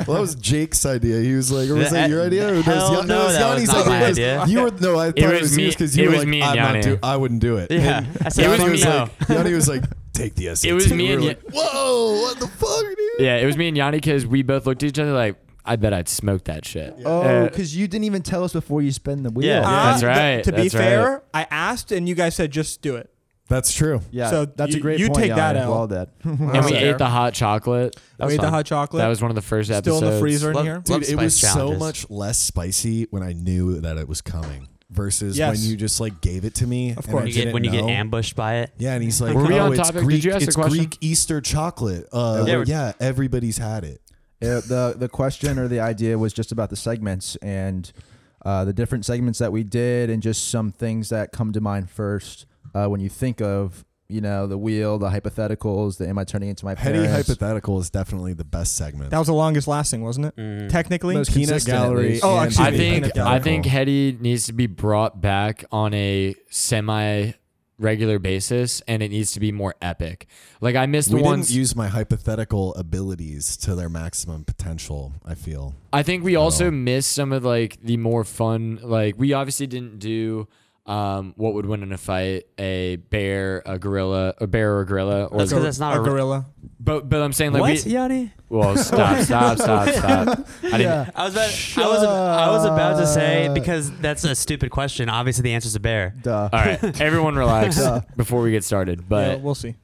S5: Well, that was Jake's idea. He was like, "Was that your idea?" Or was
S4: Hell
S5: Yan-
S4: no,
S5: it was
S4: that was
S5: Yanni's
S4: not my idea.
S5: You were no, I thought it
S2: was
S5: was,
S2: me-
S5: because
S2: it
S5: you were
S2: was
S5: like,
S2: me and
S5: "I'm not
S2: Yanni.
S5: do- I wouldn't do it."
S4: Yeah.
S5: And
S4: I said,
S2: It
S4: "Fuck
S2: was me,
S5: Yanni was
S4: no."
S5: like, Yanni was like, "Take the SAT."
S2: was me
S5: We
S2: and
S5: were
S2: Ya-
S5: like, "Whoa, what the fuck, dude?"
S2: yeah, it was me and Yanni because we both looked at each other like, I bet I'd smoke that shit.
S1: Oh,
S2: Uh,
S1: because you didn't even tell us before you spin the wheel.
S4: Yeah,
S2: yeah. That's right,
S3: to be
S2: that's right.
S3: fair, I asked and you guys said just do it.
S5: That's true.
S1: Yeah,
S3: So
S1: that's
S3: you-
S1: a great
S3: you
S1: point.
S3: take that
S1: Yanni.
S3: out.
S1: Well, that.
S2: and we
S3: Wow.
S2: ate the hot chocolate. That was
S3: We ate the
S2: fun.
S3: hot chocolate.
S2: That was one of the first
S3: still
S2: episodes.
S3: in the freezer
S4: Love-
S3: in here.
S4: love
S5: Dude, it
S4: spice
S5: was so
S4: challenges.
S5: much less spicy when I knew that it was coming versus
S3: Yes.
S5: when you just like gave it to me. Of
S3: course.
S4: When you get when you get ambushed by it.
S5: Yeah, and he's like,
S2: Were we
S5: "Oh,
S2: on
S5: it's
S2: topic? Did
S5: Greek,
S2: you ask a
S5: it's
S2: question?"
S5: Greek Easter chocolate. Uh,
S4: Yeah,
S5: yeah,
S4: we're-
S5: everybody's had it.
S1: Yeah, the the question or the idea was just about the segments and uh, the different segments that we did, and just some things that come to mind first uh, when you think of you know, the wheel, the hypotheticals, the am I turning into my
S5: Petty
S1: parents?
S5: hypothetical is definitely the best segment.
S3: That was the longest lasting, wasn't it?
S4: Mm.
S3: Technically,
S1: Most
S5: Peanut
S1: consistent, at
S5: gallery
S1: least.
S3: Oh,
S5: and
S3: actually,
S2: I
S3: Should be
S2: think
S5: hypothetical.
S3: hypothetical.
S2: I think Hetty needs to be brought back on a semi regular basis, and it needs to be more epic. Like I missed the
S5: we
S2: ones.
S5: didn't use my hypothetical abilities to their maximum potential. I feel
S2: I think we
S5: at
S2: also
S5: all.
S2: missed some of like the more fun. Like we obviously didn't do um, what would win in a fight: a bear, a gorilla, a bear or a gorilla, or
S4: That's 'cause it's not
S3: a
S4: a-
S3: gorilla.
S2: but but I'm saying like
S4: What,
S2: we.
S4: Yanni?
S2: Well, stop, stop, stop, stop. I didn't.
S1: Yeah.
S4: I was about, I was I was about to say because that's a stupid question. Obviously, the answer's a bear.
S1: Duh.
S2: All right, everyone relax
S1: Duh.
S2: before we get started.
S3: Yeah,
S2: But
S3: we'll see.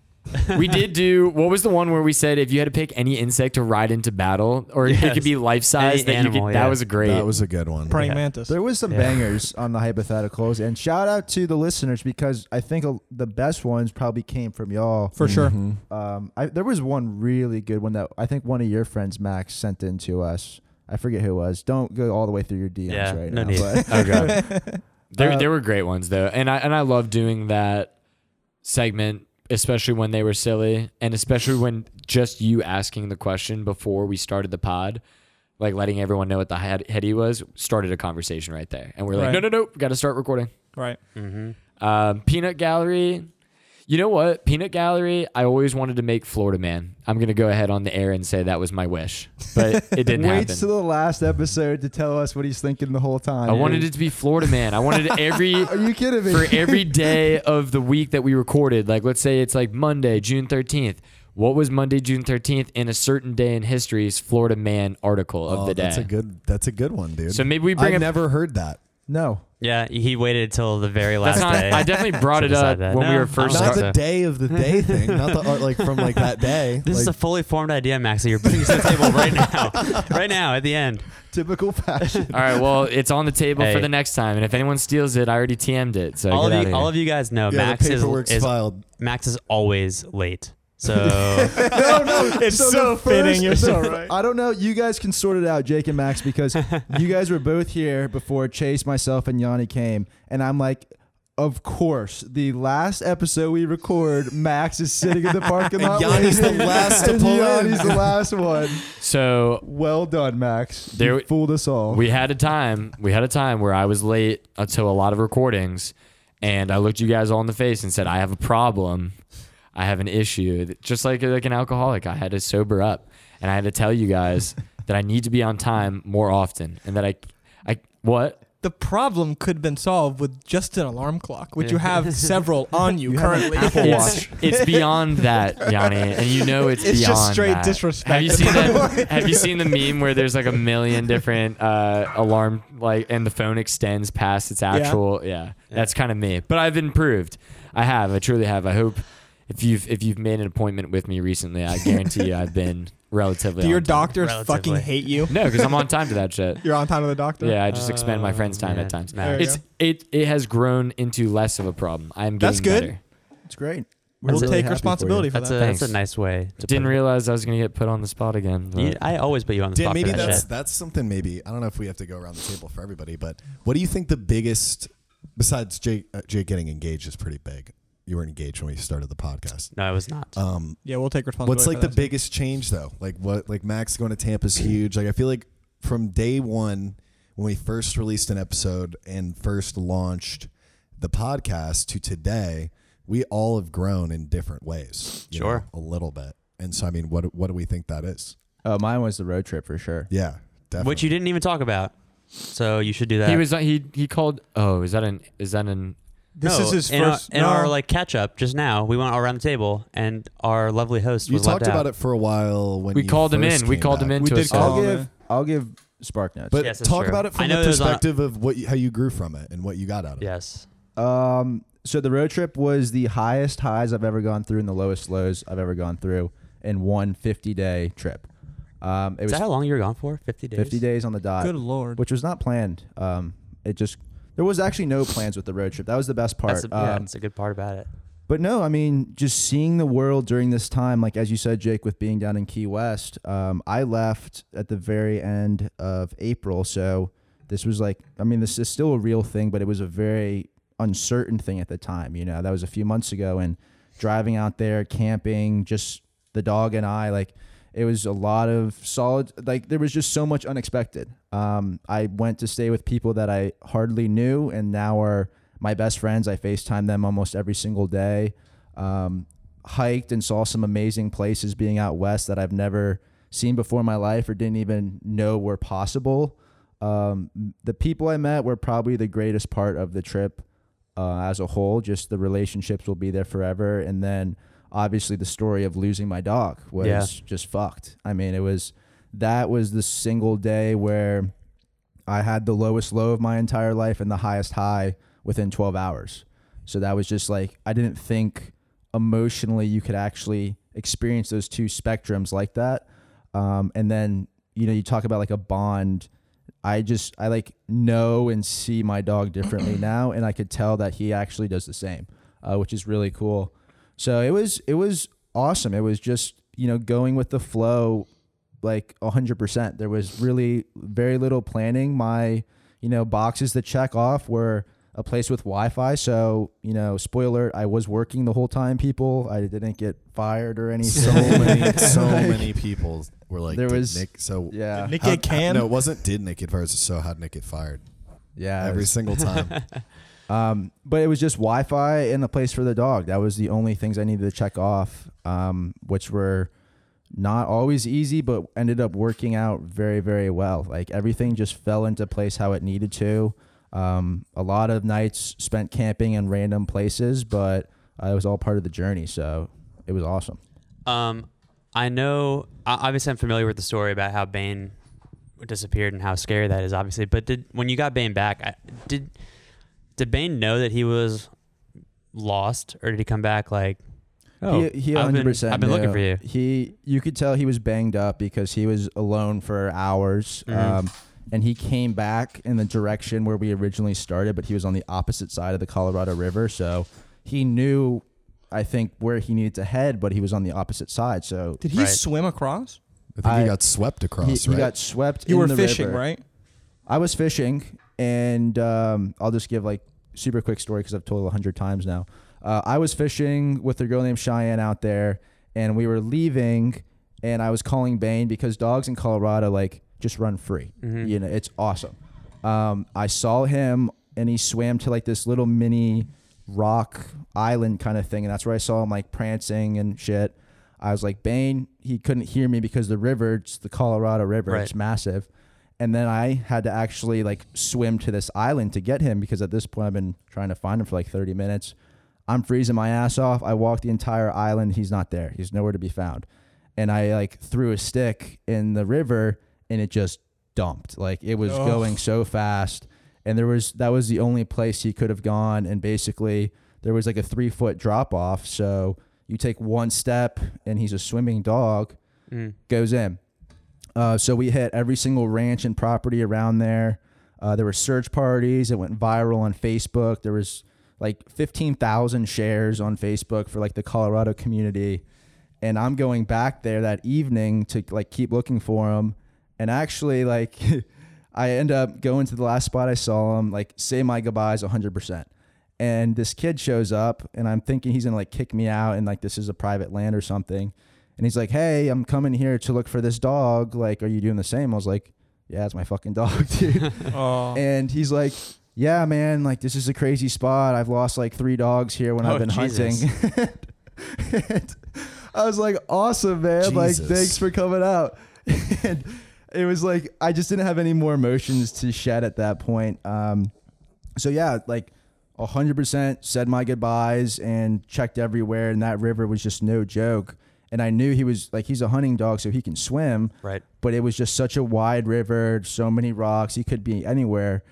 S2: we did do what was the one where we said if you had to pick any insect to ride into battle, or it
S4: Yes.
S2: could be life size,
S4: Any
S2: that you
S4: animal,
S2: could.
S4: yeah.
S2: That was a great.
S5: that was a good one.
S3: Praying
S4: Yeah.
S3: mantis.
S1: There was some
S4: Yeah.
S1: bangers on the hypotheticals, and shout out to the listeners because I think a- the best ones probably came from y'all.
S3: For sure.
S5: Mhm.
S1: Um, I, there was one really good one that I think one of your friends, Max, sent in to us. I forget who it was. Don't go all the way through your DMs
S4: Yeah,
S1: right
S4: no
S1: now.
S4: need.
S1: But
S2: oh god. There,
S1: Uh,
S2: there were great ones though, and I and I love doing that segment, especially when they were silly, and especially when just you asking the question before we started the pod, like letting everyone know what the head, heady was, started a conversation right there, and we're like,
S3: Right.
S2: no, no, no, got to start recording.
S3: Right.
S4: Mm-hmm.
S2: Um, Peanut Gallery, you know what? Peanut Gallery, I always wanted to make Florida Man. I'm gonna go ahead on the air and say that was my wish, but it didn't happen.
S1: waits to the last episode to tell us what he's thinking the whole time.
S2: I wanted it to be Florida Man. I wanted every
S1: Are you kidding me?
S2: for every day of the week that we recorded. Like, let's say it's like Monday, June 13th. What was Monday, June 13th in a certain day in history's Florida Man article of
S5: Oh,
S2: the day?
S5: That's a good. That's a good one, dude.
S2: so maybe we bring
S5: I've
S2: up.
S5: never heard that.
S1: no.
S4: Yeah, he waited till the very last
S2: that's not,
S4: day.
S2: I definitely brought
S4: to
S2: it up
S4: decide that.
S2: when we
S4: No,
S2: were
S4: I'm
S2: first
S5: Not
S4: sorry.
S5: the
S2: starting.
S5: day of the day thing. Not the uh, like from like that day.
S4: this is a
S5: Like,
S4: fully formed idea, Max. That you're putting to the table right now, right now at the end.
S1: Typical fashion.
S2: All right, well, it's on the table for
S4: Hey.
S2: the next time, and if anyone steals it, I already TM'd it. So
S4: all
S2: get
S4: of
S2: outta
S4: you,
S2: here.
S4: all of you guys know
S5: yeah,
S4: Max
S5: the
S4: is,
S5: paperwork's
S4: is
S5: filed.
S4: Max is always late. So
S1: no, no.
S3: It's so
S1: the
S3: fitting, you're so right.
S1: I don't know. You guys can sort it out, Jake and Max, because you guys were both here before Chase, myself, and Yanni came, and I'm like. Of course, the last episode we record, Max is sitting in the parking
S5: And
S1: lot.
S5: Yanni's the
S1: waiting,
S5: last to
S1: and
S5: pull in.
S1: Yanni's the last one.
S2: so
S1: Well done, Max.
S2: There
S1: you
S2: we-
S1: fooled us all.
S2: we had a time we had a time where i was late until a lot of recordings and i looked you guys all in the face and said i have a problem i have an issue just like like an alcoholic i had to sober up and i had to tell you guys that i need to be on time more often and that i i what
S3: The problem could have been solved with just an alarm clock, which you have several on you,
S1: You have an
S3: currently.
S1: Apple
S2: it's, it's beyond that yanni and you know it's,
S3: It's just
S2: beyond
S3: straight
S2: that.
S3: disrespect
S2: have you
S3: at
S2: seen
S3: that
S2: that have you seen the meme where there's like a million different uh alarm like and the phone extends past its actual yeah, that's kind of me but i've improved i have i truly have i hope if you've if you've made an appointment with me recently i guarantee you i've been relatively
S3: Do your
S2: on time.
S3: doctors
S4: Relatively.
S3: fucking hate you?
S2: no because i'm on time to that shit
S3: You're on time to the doctor?
S2: yeah i just expend my
S4: Oh,
S2: friend's time
S4: man.
S2: at times
S4: There
S3: you
S2: it's it it has grown into less of a problem i'm getting
S3: That's good.
S2: better.
S1: it's great. We're
S3: We'll
S1: really
S3: take
S1: happy for
S3: responsibility for,
S4: that's a
S3: that.
S2: Thanks.
S4: that's a nice way. To
S2: didn't
S4: put it.
S2: realize i was gonna get put on the spot again but-
S4: You- I always put you on the
S5: Dan,
S4: spot.
S5: maybe
S4: for that
S5: that's
S4: shit.
S5: that's something. Maybe I don't know if we have to go around the table for everybody, but what do you think the biggest besides Jake uh, Jake getting engaged is pretty big. You were engaged when we started the podcast.
S4: No, I was not.
S5: Um,
S3: yeah, we'll take responsibility.
S5: what's like
S3: for that.
S5: the biggest change though? Like what? Like Max going to Tampa is huge. Like I feel like from day one when we first released an episode and first launched the podcast to today, we all have grown in different ways. you know,
S4: Sure.
S5: a little bit. And so I mean, what what do we think that is?
S1: Oh, mine was the road trip for sure.
S5: Yeah, definitely.
S4: Which you didn't even talk about. So you should do that.
S2: He was he he called. Oh, is that an is that an?
S3: This
S4: No,
S3: is his
S4: in
S3: first.
S4: Our, in our
S3: no.
S4: like catch up just now, we went around the table, and our lovely host
S5: You
S4: was
S5: talked
S4: left
S5: about
S4: out.
S5: it for a while when
S2: We
S5: you
S2: called him
S5: first
S2: in. We
S5: came
S2: called him
S5: back.
S2: in
S3: We
S2: to
S3: did
S2: us
S3: call
S1: I'll
S2: all.
S3: Oh,
S1: give
S3: man.
S1: I'll give spark notes.
S5: But
S4: Yes, that's
S5: talk
S4: true.
S5: about it
S4: I
S5: from
S4: know
S5: the
S4: there's not-
S5: perspective of what you, how you grew from it and what you got out of it.
S4: Yes.
S1: Um, so the road trip was the highest highs I've ever gone through and the lowest lows I've ever gone through in one 50 day trip. Um, it was
S4: Is that how long you were gone for? Fifty days.
S1: 50 days on the dot,
S3: Good lord.
S1: which was not planned. Um, it just there was actually no plans with the road trip. That was the best part.
S4: That's a, yeah,
S1: Um,
S4: that's a good part about it.
S1: but no, I mean, just seeing the world during this time, like as you said, Jake, with being down in Key West, um, I left at the very end of April. So this was like, I mean, this is still a real thing, but it was a very uncertain thing at the time. You know, that was a few months ago. And driving out there, camping, just the dog and I. Like it was a lot of solid. Like there was just so much unexpected. Um, I went to stay with people that I hardly knew, and now are my best friends. I Facetime them almost every single day. Um, hiked and saw some amazing places being out west that I've never seen before in my life or didn't even know were possible. Um, the people I met were probably the greatest part of the trip uh, as a whole. Just the relationships will be there forever. And then obviously the story of losing my dog was
S4: Yeah.
S1: just fucked. I mean, it was that was the single day where I had the lowest low of my entire life and the highest high within 12 hours. So that was just like, I didn't think emotionally you could actually experience those two spectrums like that. Um, and then, you know, you talk about like a bond. I just, I like know and see my dog differently now. And I could tell that he actually does the same, uh, which is really cool. So it was, it was awesome. It was just, you know, going with the flow like 100%. There was really very little planning. My, you know, boxes to check off were a place with Wi Fi. So, you know, spoiler, I was working the whole time, people. I didn't get fired or anything.
S5: So many, so
S1: Like,
S5: many people were like,
S1: there
S5: "Did
S1: was-
S5: Nick. So
S1: Yeah.
S3: Nick
S5: how-
S3: get canned?
S5: No, it wasn't. Did Nick get fired? It's So how'd Nick get fired?
S1: Yeah. it
S5: Every
S1: was-
S5: single time.
S1: Um, but it was just Wi-Fi and a place for the dog. That was the only things I needed to check off, um, which were not always easy, but ended up working out very, very well. Like everything just fell into place how it needed to. Um, a lot of nights spent camping in random places, but uh, it was all part of the journey. So it was awesome.
S4: Um, I know. o- Obviously, I'm familiar with the story about how Bane disappeared and how scary that is. Obviously, but did when you got Bane back, I, did did Bane know that he was lost, or did he come back like? Oh,
S1: he, he
S4: I've
S1: 100%
S4: been, I've been looking
S1: knew.
S4: for you.
S1: He, you could tell he was banged up because he was alone for hours.
S4: Mhm.
S1: Um, and he came back in the direction where we originally started, but he was on the opposite side of the Colorado River. So he knew, I think, where he needed to head, but he was on the opposite side. So
S3: Did he
S4: Right.
S3: swim across?
S5: I think
S1: I-
S5: he got swept across.
S1: he,
S5: right?
S1: he got swept.
S3: You
S1: in
S3: were
S1: the
S3: fishing,
S1: river.
S3: right?
S1: I was fishing, and um, I'll just give like super quick story because I've told a hundred times now. Uh, I was fishing with a girl named Cheyenne out there, and we were leaving, and I was calling Bane because dogs in Colorado like just run free.
S4: Mhm.
S1: You know, it's awesome. Um, I saw him, and he swam to like this little mini rock island kind of thing, and that's where I saw him like prancing and shit. I was like, Bane, he couldn't hear me because the river, it's the Colorado River,
S4: Right.
S1: it's massive. And then I had to actually like swim to this island to get him because at this point I've been trying to find him for like 30 minutes. I'm freezing my ass off. I walk the entire island. He's not there. He's nowhere to be found. And I like threw a stick in the river and it just dumped. Like it was
S3: Ugh.
S1: going so fast. And there was that was the only place he could have gone. And basically there was like a three foot drop off. So you take one step and he's a swimming dog
S4: Mm.
S1: goes in. Uh, so we hit every single ranch and property around there. Uh, there were search parties. It went viral on Facebook. There was like 15,000 shares on Facebook for like the Colorado community. And I'm going back there that evening to like keep looking for him. And actually, like, I end up going to the last spot I saw him, like, say my goodbyes 100%. And this kid shows up, and I'm thinking he's gonna like kick me out, and like this is a private land or something. And he's like, "Hey, I'm coming here to look for this dog. Like, are you doing the same?" I was like, "Yeah, it's my fucking dog, dude."
S3: Oh,
S1: and he's like, "Yeah, man. Like, this is a crazy spot. I've lost like three dogs here when
S4: Oh,
S1: I've been
S4: Jesus.
S1: hunting." And I was like, "Awesome, man. Like,
S5: Jesus.
S1: thanks for coming out." and it was like I just didn't have any more emotions to shed at that point. Um, so yeah, like 100% said my goodbyes and checked everywhere and that river was just no joke. And I knew he was like he's a hunting dog so he can swim,
S4: Right.
S1: but it was just such a wide river, so many rocks. He could be anywhere.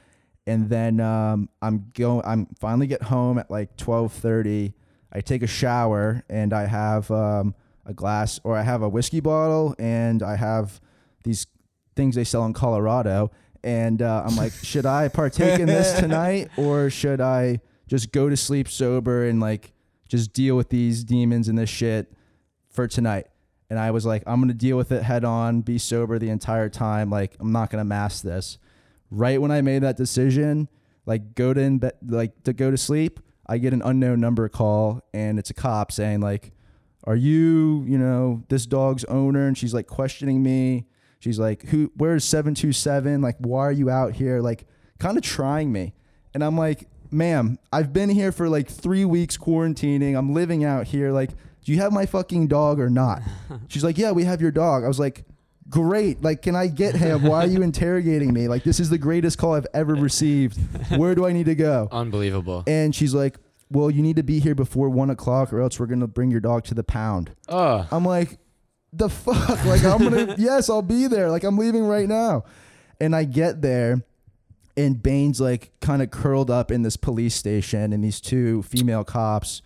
S1: And then um, I'm going. I'm finally get home at like 12:30. I take a shower and I have um, a glass or I have a whiskey bottle and I have these things they sell in Colorado. And uh, I'm like, should I partake in this tonight or should I just go to sleep sober and like just deal with these demons and this shit for tonight? And I was like, I'm gonna deal with it head on, be sober the entire time. Like, I'm not gonna mask this. Right when I made that decision, like go to in be- like to go to sleep, I get an unknown number call and it's a cop saying like, "Are you, you know, this dog's owner?" And she's like questioning me. She's like, "Who? Where's seven two seven? Like, why are you out here?" Like, kind of trying me, and I'm like, "Ma'am, I've been here for like three weeks quarantining. I'm living out here. Like, do you have my fucking dog or not?" She's like, "Yeah, we have your dog." I was like. Great. Like, can I get him? Why are you interrogating me? Like, this is the greatest call I've ever received. Where do I need to go?
S2: Unbelievable.
S1: And she's like, Well, you need to be here before one o'clock or else we're going to bring your dog to the pound.
S2: Oh,
S1: I'm like, The fuck? Like, I'm going to, yes, I'll be there. Like, I'm leaving right now. And I get there, and Bane's like kind of curled up in this police station, and these two female cops,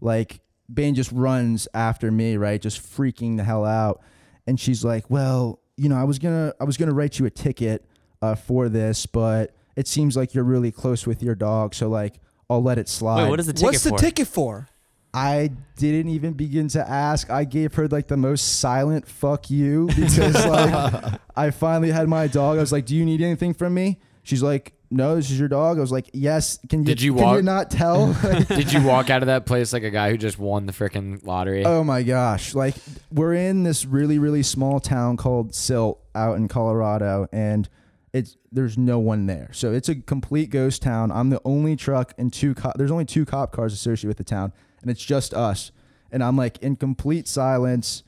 S1: like, Bane just runs after me, right? Just freaking the hell out. And she's like, Well, you know, I was gonna I was gonna write you a ticket uh, for this, but it seems like you're really close with your dog, so like I'll let it slide.
S4: Wait, what is the ticket
S3: What's the
S4: for?
S3: ticket for?
S1: I didn't even begin to ask. I gave her like the most silent fuck you because like I finally had my dog. I was like, "Do you need anything from me?" She's like, "No, this is your dog." I was like, "Yes." Can you
S2: Did you
S1: can you
S2: walk?
S1: not tell?
S2: did you walk out of that place like a guy who just won the freaking lottery?
S1: oh my gosh. Like we're in this really really small town called Silt out in Colorado and it's there's no one there. So it's a complete ghost town. I'm the only truck and two cop there's only two cop cars associated with the town and it's just us. And I'm like in complete silence,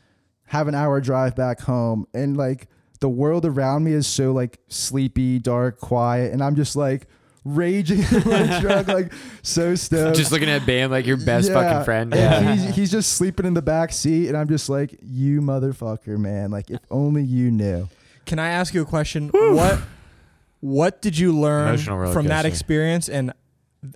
S1: have an hour drive back home and like the world around me is so like sleepy, dark, quiet and I'm just like raging in my truck like so stoked.
S2: Just looking at Bam like your best
S1: Yeah.
S2: fucking friend.
S1: And
S2: Yeah.
S1: he's, he's just sleeping in the back seat, and I'm just like, you motherfucker, man. Like, if only you knew.
S3: Can I ask you a question? What What did you learn
S2: Emotional roller
S3: from that
S2: coaster.
S3: experience? And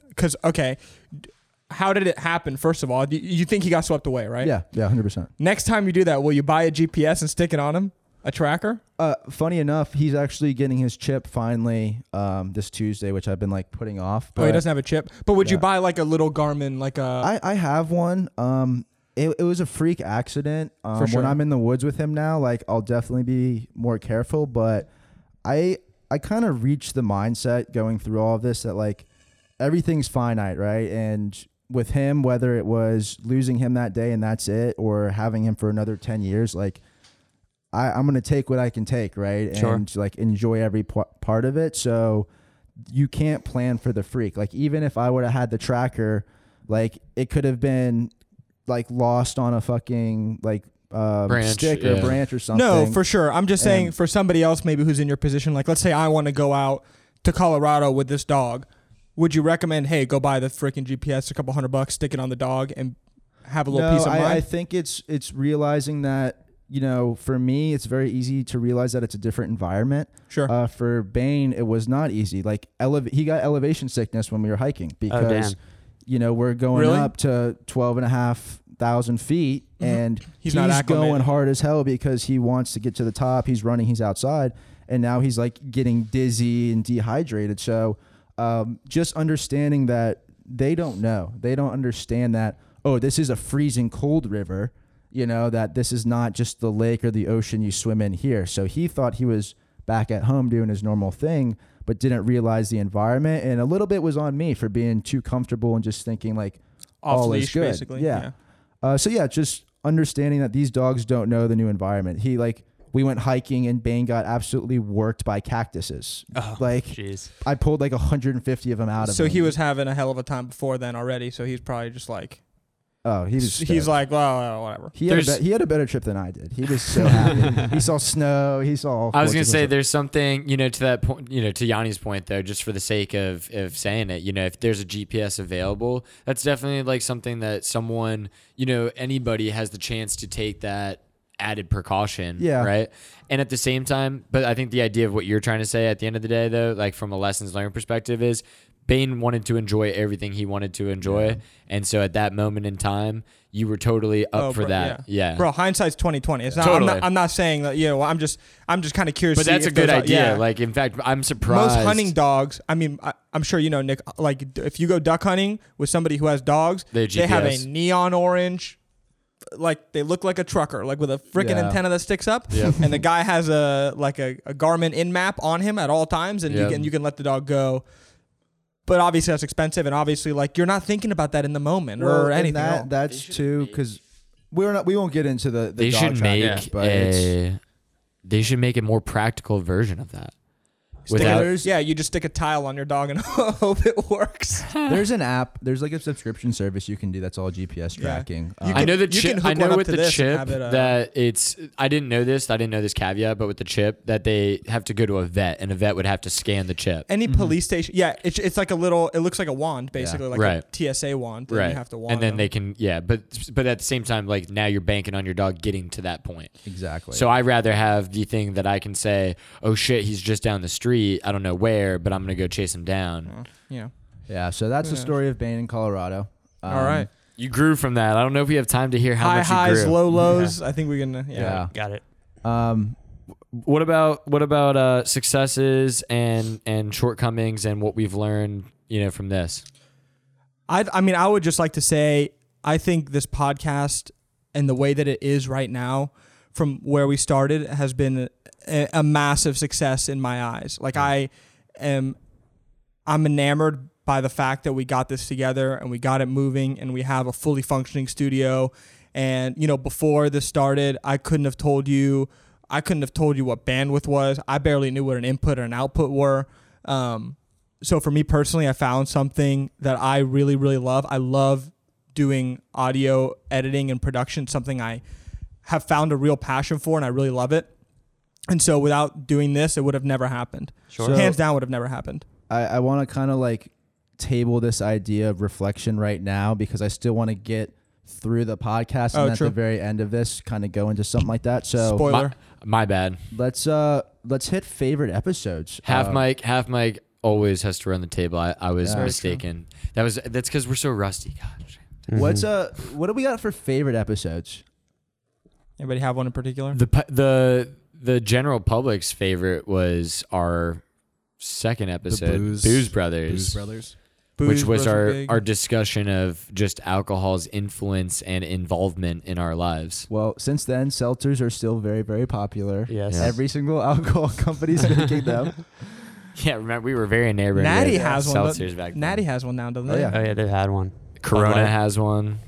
S3: because okay, d- how did it happen? First of all, Do you you think he got swept away, right?
S1: Yeah, yeah, 100%.
S3: Next time you do that, will you buy a GPS and stick it on him? A tracker?
S1: Uh, funny enough, he's actually getting his chip finally um, this Tuesday, which I've been like putting off.
S3: Oh, he
S1: but
S3: doesn't have a chip. But would you
S1: Yeah.
S3: buy like a little Garmin, like a?
S1: I, I have one. Um, it, it was a freak accident. Um,
S3: sure.
S1: When I'm in the woods with him now, like I'll definitely be more careful. But I I kind of reached the mindset going through all of this that like everything's finite, right? And with him, whether it was losing him that day and that's it, or having him for another ten years, like I, I'm gonna take what I can take, right?
S4: Sure.
S1: And like enjoy every p- part of it. So you can't plan for the freak. Like even if I would have had the tracker, like it could have been like lost on a fucking like um,
S2: Branch,
S1: stick or
S2: yeah.
S1: branch or something.
S3: no, for sure. I'm just saying
S1: And-
S3: for somebody else maybe who's in your position. Like let's say I want to go out to Colorado with this dog. Would you recommend? Hey, go buy the freaking GPS, a couple hundred bucks, stick it on the dog, and have a little
S1: no,
S3: peace of
S1: I, I
S3: mind.
S1: think it's it's realizing that you know for me it's very easy to realize that it's a different environment.
S3: sure.
S1: Uh, for Bane, it was not easy. Like elev- he got elevation sickness when we were hiking
S4: Oh, damn.
S1: because you know we're going
S3: Really?
S1: up to twelve and a half thousand feet
S3: Mhm.
S1: and
S3: He's
S1: he's,
S3: not acclimated.
S1: going hard as hell because he wants to get to the top he's running he's outside and now he's like getting dizzy and dehydrated so um, just understanding that they don't know they don't understand that oh this is a freezing cold river you know that this is not just the lake or the ocean you swim in here so he thought he was back at home doing his normal thing but didn't realize the environment and a little bit was on me for being too comfortable and just thinking like
S3: Off
S1: all is
S3: leash,
S1: good.
S3: basically.
S1: Yeah. uh, so yeah, just understanding that these dogs don't know the new environment. He like we went hiking and Bane got absolutely worked by cactuses.
S4: Oh,
S1: like
S4: jeez.
S1: I pulled like 150 of them out of
S3: So
S1: him.
S3: he was having a hell of a time before then already. So he's probably just like
S1: Oh, he was.
S3: he's, like, well, well, uh, whatever.
S1: He had, a
S2: There's-
S1: be- he had a better trip than I did. He was so happy. he saw snow. He saw.
S2: I was gonna say there's something you know to that point you know to Yanni's point though just for the sake of of saying it you know if there's a GPS available that's definitely like something that someone you know anybody has the chance to take that added precaution
S1: Yeah.
S2: right and at the same time but I think the idea of what you're trying to say at the end of the day though like from a lessons learned perspective is Bane wanted to enjoy everything he wanted to enjoy and so at that moment in time you were totally up
S3: Oh,
S2: for
S3: bro,
S2: that yeah,
S3: Bro, hindsight's twenty twenty. It's not, I'm
S2: Totally.
S3: not. I'm not saying that. You know, I'm just. I'm just kind of curious.
S2: but
S3: to see
S2: that's a
S3: if there's
S2: good idea
S3: yeah.
S2: like in fact I'm surprised
S3: most hunting dogs. I mean, I, I'm sure you know Nick. Like, d- if you go duck hunting with somebody who has dogs,
S2: They
S3: they have a
S2: GPS.
S3: neon orange. Like they look like a trucker, like with a freaking
S1: Yeah.
S3: antenna that sticks up,
S2: Yep.
S3: and the guy has a like a, a Garmin in map on him at all times, and
S2: Yep.
S3: you can you can let the dog go. But obviously that's expensive, and obviously like you're not thinking about that in the moment
S1: Well,
S3: or
S1: and
S3: anything. at all.
S1: That, that's too because we're not. We won't get into the. the
S2: they
S1: dog
S2: should
S1: tracking,
S2: make
S6: Yeah.
S1: but it's-
S2: a. They should make a more practical version of that.
S3: Stick a-
S2: Without
S3: yeah, you just stick a tile on your dog and hope it works.
S1: there's an app. There's like a subscription service you can do that's all GPS
S3: Yeah.
S1: tracking. Um,
S3: You
S2: I know the
S3: you can
S2: chip.
S3: hook
S2: I
S3: one
S2: know
S3: up
S2: with
S3: to
S2: the
S3: this and
S2: chip
S3: have it, uh,
S2: that it's. I didn't know this. I didn't know this caveat, but with the chip that they have to go to a vet, and a vet would have to scan the chip.
S3: Any police station, yeah, it's, it's like a little. It looks like a wand, basically, like
S2: Right.
S3: a TSA wand. That
S2: right.
S3: You have to wand.
S2: and then
S3: them.
S2: they can. Yeah, but but at the same time, like now you're banking on your dog getting to that point.
S1: exactly.
S2: So I rather have the thing that I can say, "Oh shit, he's just down the street. I don't know where, but I'm gonna go chase him down."
S3: yeah.
S1: yeah. So that's the
S3: Yeah.
S1: story of Bain in Colorado. Um,
S3: All right.
S2: You grew from that. I don't know if we have time to hear how
S3: High
S2: much you
S3: highs,
S2: grew.
S3: low lows. I think we can. Yeah.
S1: Yeah.
S4: Got it.
S1: Um,
S2: What about what about uh, successes and and shortcomings and what we've learned, you know, from this?
S3: I I mean I would just like to say I think this podcast and the way that it is right now from where we started has been a, a massive success in my eyes. Like I am I'm enamored by the fact that we got this together and we got it moving and we have a fully functioning studio and you know before this started I couldn't have told you I couldn't have told you what bandwidth was. I barely knew what an input or an output were. Um, so for me personally, I found something that I really, really love. I love doing audio editing and production, something I have found a real passion for, and I really love it. And so without doing this, it would have never happened.
S4: Sure.
S1: So-
S3: Hands down, would have never happened.
S1: I, I want to kind of like table this idea of reflection right now because I still want to get through the podcast
S3: Oh,
S1: and at
S3: true.
S1: the very end of this kind of go into something like that. So
S3: Spoiler.
S2: My bad.
S1: let's uh let's hit favorite episodes.
S2: Half
S1: Uh,
S2: Mike, half Mike always has to run the table. I, I was
S1: Yeah. Very true.
S2: mistaken. That was that's because we're so rusty. God.
S1: What's uh
S3: Mm-hmm.
S1: what do we got for favorite episodes?
S3: Anybody have one in particular?
S2: The pu- the the general public's favorite was our second episode,
S5: Booze-
S2: Brothers,
S5: Blues Brothers.
S2: which
S3: Booze
S2: was
S3: are
S2: our
S3: big.
S2: our discussion of just alcohol's influence and involvement in our lives.
S1: Well, since then, seltzers are still very, very popular.
S4: Mm-hmm. Yes.
S2: Yeah.
S1: Every single alcohol company's making them.
S2: Yeah, remember we were very neighboring.
S3: Natty
S2: with
S3: has one, but
S2: seltzers back then.
S3: Natty has one now, doesn't
S1: Oh,
S3: it?
S1: yeah.
S4: Oh yeah, they had one. Bud
S2: Corona
S4: Light.
S2: has one.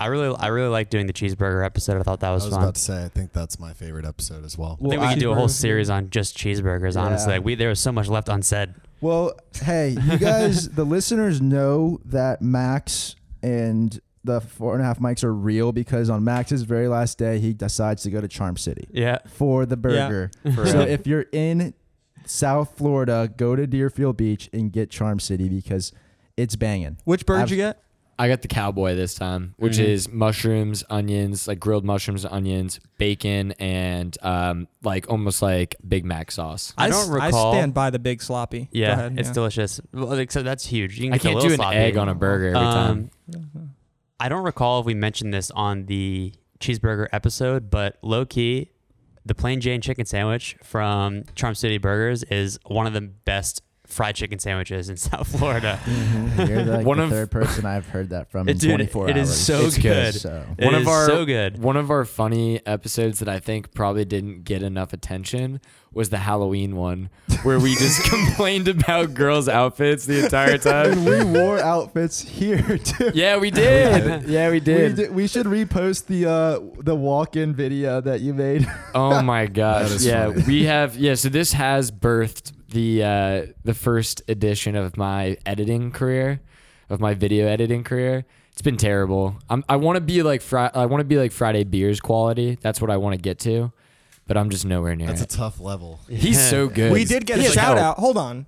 S4: I really, I really like doing the cheeseburger episode. I thought that
S5: I
S4: was,
S5: was
S4: fun.
S5: about to say, I think that's my favorite episode as well.
S4: I
S1: Well,
S4: think we could do a whole
S3: Cheeseburgers.
S4: series on just cheeseburgers. Honestly,
S1: Yeah.
S4: like we there was so much left unsaid.
S1: Well, hey, you guys, the listeners know that Max and the four and a half mics are real because on Max's very last day, he decides to go to Charm City
S4: Yeah,
S1: for the burger.
S2: For
S1: So
S2: real.
S1: if you're in South Florida, go to Deerfield Beach and get Charm City because it's banging.
S3: Which bird did
S1: Abs-
S3: you get?
S2: I got the cowboy this time, which
S4: Mhm.
S2: is mushrooms, onions, like grilled mushrooms, onions, bacon, and um, like almost like Big Mac sauce.
S4: I
S3: s-
S4: don't recall.
S3: I stand by the big sloppy. Go
S4: yeah,
S3: ahead,
S4: it's delicious. Well, like, so that's huge. You can
S2: I
S4: get the
S2: can't
S4: little
S2: do an
S4: sloppy.
S2: egg on a burger every time.
S4: Um, I don't recall if we mentioned this on the cheeseburger episode, but low key, the plain Jane chicken sandwich from Charm City Burgers is one of the best fried chicken sandwiches in South Florida.
S1: You're like
S2: Mm-hmm. One
S1: the
S2: of-
S1: third person I've heard that from in
S4: Dude,
S1: 24
S4: it
S1: hours.
S4: is so
S2: It's good.
S4: good.
S1: So.
S4: It
S2: One of
S4: is
S2: our-
S4: so good.
S2: One of our funny episodes that I think probably didn't get enough attention was the Halloween one, where we just complained about girls' outfits the entire
S1: And
S2: time.
S1: we wore outfits here too.
S2: Yeah, we did. Yeah, we
S1: We,
S2: did.
S1: did, we should repost the uh, the walk-in video that you made.
S2: Oh my
S5: That
S2: gosh.
S5: is
S2: Yeah,
S5: funny.
S2: we have. Yeah, so this has birthed the uh, the first edition of my editing career, of my video editing career. It's been terrible. I'm, I want to be like Fri- I want to be like Friday beers quality. That's what I want to get to, but I'm just nowhere near
S5: That's a
S2: it.
S5: tough level.
S2: He's so good.
S3: We did get a
S2: He has
S3: shout
S2: help.
S3: out. Hold on.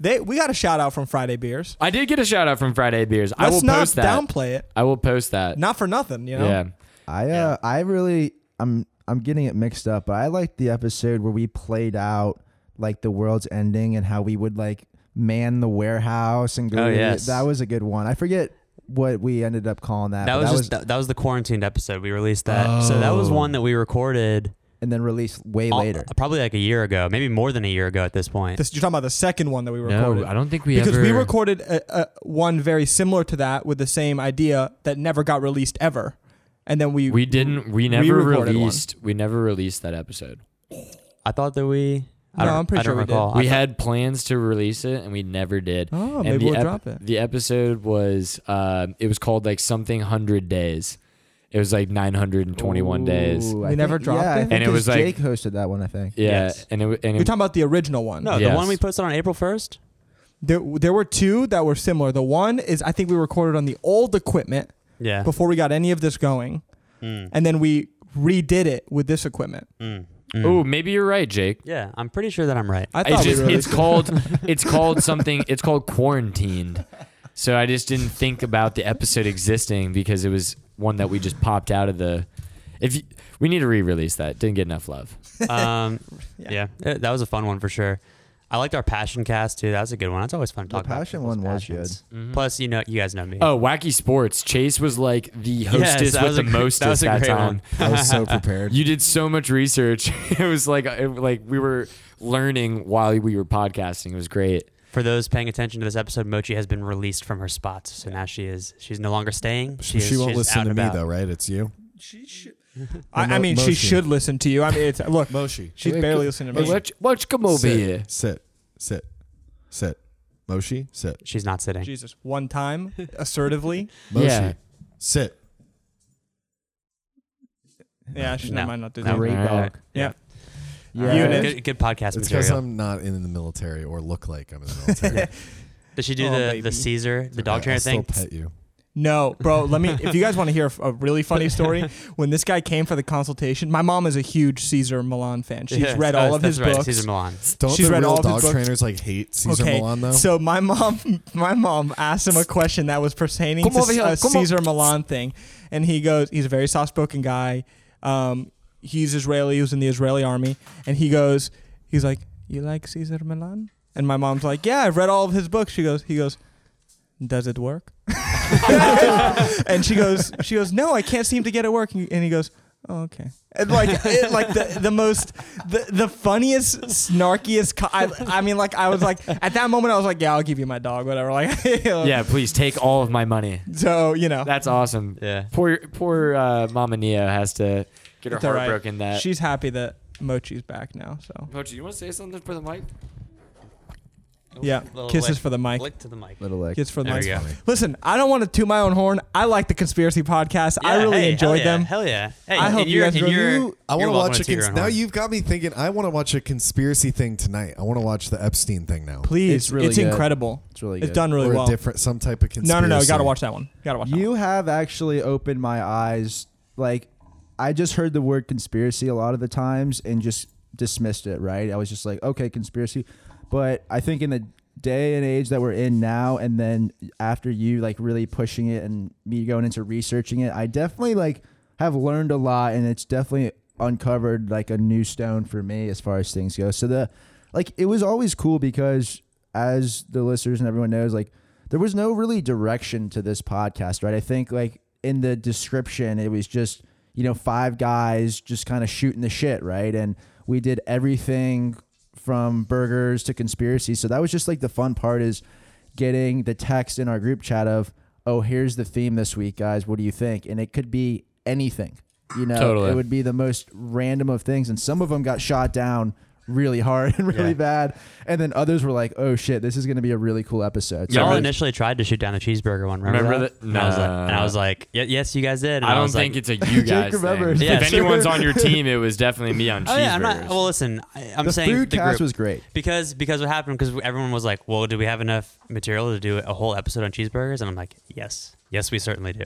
S3: They we got a shout out from Friday Beers.
S2: I did get a shout out from Friday Beers. I will
S3: Let's not
S2: post that.
S3: downplay it.
S2: I will post that.
S3: Not for nothing, you know.
S2: Yeah.
S1: I uh, I really I'm I'm getting it mixed up, but I liked the episode where we played out like the world's ending and how we would like man the warehouse and go.
S4: Oh,
S1: to-
S4: yes.
S1: that was a good one. I forget what we ended up calling that.
S4: that
S1: but
S4: was just, that, that was the quarantined episode. We released that. So that was
S5: Oh.
S4: one that we recorded
S1: and then released way
S4: all-
S1: later.
S4: probably like a year ago, maybe more than a year ago at this point.
S3: This, you're talking about the second one that we recorded.
S2: No, I don't think we
S3: because
S2: ever.
S3: we recorded a, a, one very similar to that with the same idea that never got released ever, and then we
S2: We didn't. We never
S3: re-recorded one.
S2: released. We never released that episode.
S4: I thought that we. I
S3: No,
S4: don't,
S3: I'm pretty
S4: I don't
S3: sure we did.
S4: recall. I
S2: we
S4: thought-
S2: had plans to release it and we never did.
S3: Oh,
S2: And
S3: maybe
S2: the
S3: we'll
S2: ep-
S3: drop it.
S2: The episode was um, it was called like something hundred days. It was like nine hundred and twenty-one days.
S1: Ooh,
S3: We
S1: I think-
S3: never dropped
S1: yeah, I
S3: it?
S1: think
S2: And it
S1: 'cause
S2: was like-
S1: Jake hosted that one. I think.
S2: Yeah,
S4: Yes.
S2: and it w- and
S3: You're
S2: it,
S3: talking about the original one.
S4: no, the one
S2: Yes.
S4: we posted on April first.
S3: There, there were two that were similar. The one is I think we recorded on the old equipment
S4: Yeah.
S3: before we got any of this going,
S4: Mm,
S3: and then we redid it with this equipment.
S4: mm, mm.
S2: oh, maybe you're right, Jake.
S4: Yeah, I'm pretty sure that I'm right.
S3: I
S2: I
S3: thought
S2: just,
S3: we really
S2: it's called it's called something. It's called quarantined. So I just didn't think about the episode existing because it was one that we just popped out of the. If you, we need to re-release that, didn't get enough love.
S4: Um,
S3: Yeah.
S4: yeah, Eh, that was a fun one for sure. I liked our passion cast too. That was a good one. That's always fun to
S1: The
S4: talk about.
S1: passion
S4: people's
S1: one was
S4: passions. Plus, you know, you guys know me.
S2: Oh, wacky sports! Chase was like the hostess
S4: that
S2: with
S4: was
S2: the
S4: a gr- that
S2: mostest
S4: was a
S2: that
S4: great
S2: time.
S4: one.
S5: I was so prepared.
S2: You did so much research. It was like uh, it, like we were learning while we were podcasting. It was great.
S4: For those paying attention to this episode, Mochi has been released from her spots, so now she is she's no longer staying. She,
S5: she,
S4: is,
S5: won't
S4: she's
S5: listen
S4: out
S5: to
S4: and
S5: me
S4: about.
S5: though, right? It's you,
S3: She should. I,
S5: Mo-
S3: I mean, she
S5: Moshi.
S3: should listen to you. I mean, it's look,
S5: Moshi.
S3: she's
S2: Hey,
S3: barely
S2: c-
S3: listening to
S2: Hey,
S3: me.
S2: watch, watch, come over
S5: sit,
S2: here.
S5: Sit, sit, sit. Moshi, sit.
S4: She's not sitting.
S3: Jesus, one time assertively.
S5: Moshi,
S2: Yeah.
S5: sit.
S3: Yeah, she
S4: No.
S3: might not do
S4: No.
S3: that.
S1: Great
S2: All right.
S1: dog.
S3: Yeah.
S1: Yeah.
S3: Unit.
S4: Good, good podcast
S5: It's because
S4: material.
S5: I'm not in the military or look like I'm in the military.
S4: Does she do
S3: Oh,
S4: the,
S3: baby.
S4: the Caesar, the
S5: I'll
S4: dog trainer
S5: still
S4: thing?
S5: pet you.
S3: No, bro. Let me. If you guys want to hear a- a really funny story, when this guy came for the consultation, my mom is a huge Caesar Milan fan. She's
S4: Yes,
S3: read
S4: oh,
S3: all of
S4: that's
S3: his
S4: right,
S3: books.
S4: Caesar Milan.
S5: Don't
S3: She's
S5: the
S3: read
S5: real
S3: all of his
S5: dog
S3: books.
S5: trainers like hate Caesar
S3: okay,
S5: Milan though?
S3: so my mom, my mom asked him a question that was pertaining
S2: Come
S3: to
S2: over here,
S3: a
S2: come o-
S3: Caesar Milan thing, and he goes, he's a very soft-spoken guy. Um, he's Israeli. He was in the Israeli army, and he goes, he's like, you like Caesar Milan? And my mom's like, yeah, I've read all of his books. She goes, he goes, does it work? and she goes, she goes, no, I can't seem to get it working. And he goes, oh, okay. And like, it, like the, the most, the, the funniest, snarkiest. Co- I, I mean, like, I was like, at that moment, I was like, yeah, I'll give you my dog, whatever. Like, you know.
S2: Yeah, please take all of my money.
S3: So you know,
S2: That's awesome.
S4: Yeah.
S2: Poor poor uh, Mama Neo has to get her
S3: It's all
S2: heart
S3: right.
S2: broken. That
S3: she's happy that Mochi's back now. So
S2: Pochi, you want to say something for the mic?
S3: yeah,
S4: Little
S3: kisses
S4: lick.
S3: for the mic.
S4: Lick to the mic.
S1: Little like.
S3: Kisses for the
S4: There
S3: mic.
S4: we go.
S3: Listen, I don't want to toot my own horn. I like the conspiracy podcast. I
S4: Yeah,
S3: really
S4: hey,
S3: enjoyed
S4: hell yeah,
S3: them.
S4: Hell yeah! Hey,
S3: I
S4: and
S3: hope you
S4: you're-
S3: guys
S4: and
S3: really-
S4: you're-
S5: You-
S4: you're
S5: I want to
S4: welcome
S5: watch a
S4: toot your
S5: cons-
S4: own
S5: now.
S4: horn.
S5: You've got me thinking. I want to watch a conspiracy thing tonight. I want to watch the Epstein thing now.
S3: Please, it's,
S1: It's really good.
S3: incredible.
S1: It's really
S3: It's
S1: good.
S3: done really
S5: or
S3: well.
S5: a different some type of
S3: No,
S5: conspiracy.
S3: no, no. You gotta watch that one. You gotta watch that one.
S1: You have actually opened my eyes. Like, I just heard the word conspiracy a lot of the times and just dismissed it, right? I was just like, okay, conspiracy. But I think in the day and age that we're in now, and then after you like really pushing it and me going into researching it, I definitely like have learned a lot and it's definitely uncovered like a new stone for me as far as things go. So the like it was always cool because as the listeners and everyone knows, like there was no really direction to this podcast, right? I think like in the description, it was just, you know, five guys just kind of shooting the shit, right? And we did everything from burgers to conspiracy. So that was just like the fun part is getting the text in our group chat of, oh, here's the theme this week, guys. What do you think? And it could be anything. You know,
S2: Totally.
S1: it would be the most random of things. And some of them got shot down really hard and really
S4: Yeah.
S1: bad. And then others were like, oh shit, this is going to be a really cool episode.
S2: Yeah,
S4: Y'all
S2: really-
S4: initially tried to shoot down the cheeseburger one. Remember,
S2: Remember
S4: that?
S2: that?
S4: And I was like,
S2: Nah.
S4: and I was like, "Ye- yes, you guys did. And
S2: I don't
S4: was like,
S2: think it's a you guys
S1: remembers.
S2: thing.
S4: Yeah,
S2: if
S4: sure.
S2: anyone's on your team, it was definitely me on
S4: Oh
S2: cheeseburgers.
S4: yeah, I'm not. Well, listen, I, I'm
S1: the
S4: saying
S1: food
S4: the
S1: cast
S4: group,
S1: was great.
S4: because because what happened because everyone was like, well, do we have enough material to do a whole episode on cheeseburgers? And I'm like, yes, yes, we certainly do.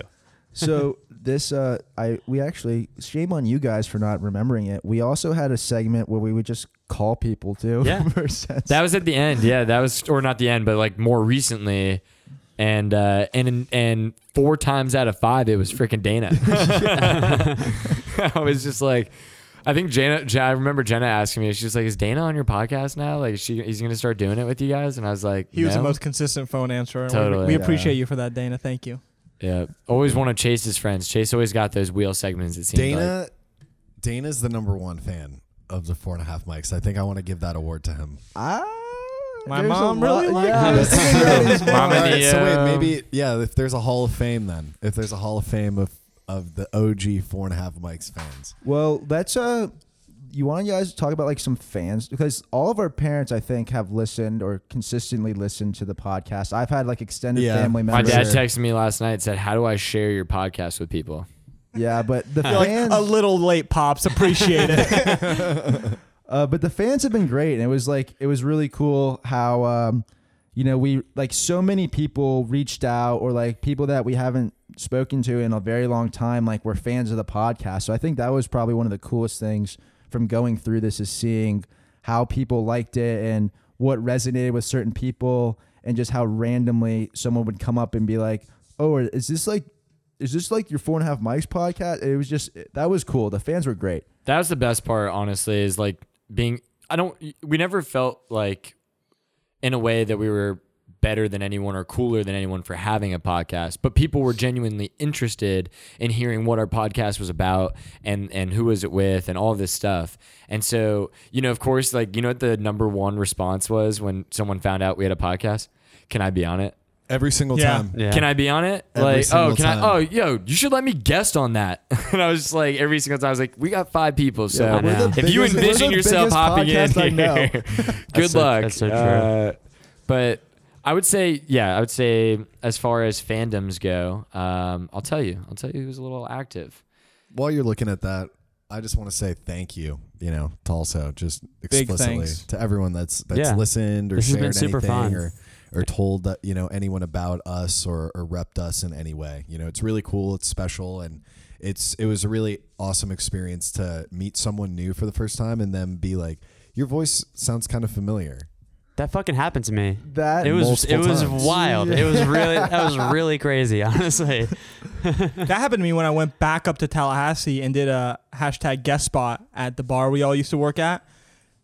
S1: So this, uh, I we actually shame on you guys for not remembering it. We also had a segment where we would just call people too.
S4: Yeah.
S1: for sense.
S2: That was at the end. Yeah, that was or not the end, but like more recently. And uh and and four times out of five it was freaking Dana. I was just like I think Jana, Ja- I remember Jenna asking me, she's like, Is Dana on your podcast now? Like is she he's gonna start doing it with you guys? And I was like,
S3: He was the
S2: "No."
S3: most consistent phone answerer. and we-
S2: Totally.
S3: We
S2: Yeah.
S3: appreciate you for that, Dana. Thank you.
S2: Yeah. Always one of Chase's friends. Chase always got those wheel segments, it seems like.
S5: Dana. Dana's the number one fan of the four and a half mics. I think I want to give that award to him.
S1: Ah,
S3: My
S1: there's a
S3: mom really
S1: lot-
S3: liked
S1: yeah,
S3: it.
S1: that's- that is
S2: Mama
S1: mom.
S5: All right, so
S2: Neo.
S5: wait, maybe yeah. If there's a Hall of Fame, then if there's a Hall of Fame of of the OG four and a half mics fans,
S1: Well, that's uh you want you guys to talk about like some fans because all of our parents, I think, have listened or consistently listened to the podcast. I've had like extended
S5: Yeah.
S1: family
S2: My
S1: members.
S2: dad texted me last night and said, How do I share your podcast with people?
S1: yeah, but the
S3: You're like
S1: fans,
S3: a little late, pops. Appreciate it.
S1: Uh, but the fans have been great, and it was like it was really cool how um, you know we like so many people reached out or like people that we haven't spoken to in a very long time like were fans of the podcast. So I think that was probably one of the coolest things from going through this is seeing how people liked it and what resonated with certain people and just how randomly someone would come up and be like, "Oh, is this like?" Is this like your four and a half mics podcast? It was just that was cool. The fans were great.
S2: That was the best part, honestly, is like being. I don't. We never felt like, in a way, that we were better than anyone or cooler than anyone for having a podcast. But people were genuinely interested in hearing what our podcast was about and and who was it with and all this stuff. And so, you know, of course, like you know what the number one response was when someone found out we had a podcast. Can I be on it?
S5: Every single
S3: Yeah.
S5: time.
S4: Yeah.
S2: Can I be on it?
S5: Every
S2: like, oh,
S5: single
S2: can
S5: time.
S2: I? Oh, yo, you should let me guest on that. and I was just like, every single time, I was like, we got five people. So
S4: I we're know. the
S2: if you
S1: biggest- we're
S2: envision
S1: the
S2: yourself
S1: biggest
S2: hopping in
S1: podcast I
S2: here,
S1: know.
S2: good
S4: so-
S2: luck.
S4: that's so true.
S2: Uh, but I would say, yeah, I would say as far as fandoms go, um, I'll tell you, I'll tell you who's a little active.
S5: While you're looking at that, I just want to say thank you, you know, to also just
S3: Big
S5: explicitly
S3: thanks.
S5: to everyone that's that's
S4: Yeah.
S5: listened or
S4: This has
S5: shared
S4: been super
S5: anything
S4: fun.
S5: or or told that you know anyone about us or or repped us in any way. You know, it's really cool, it's special and it's it was a really awesome experience to meet someone new for the first time and then be like your voice sounds kind of familiar.
S4: That fucking happened to me.
S1: That
S4: It was
S5: multiple
S4: it was
S5: times.
S4: wild. It was really that was really crazy. Honestly,
S3: that happened to me when I went back up to Tallahassee and did a hashtag guest spot at the bar we all used to work at.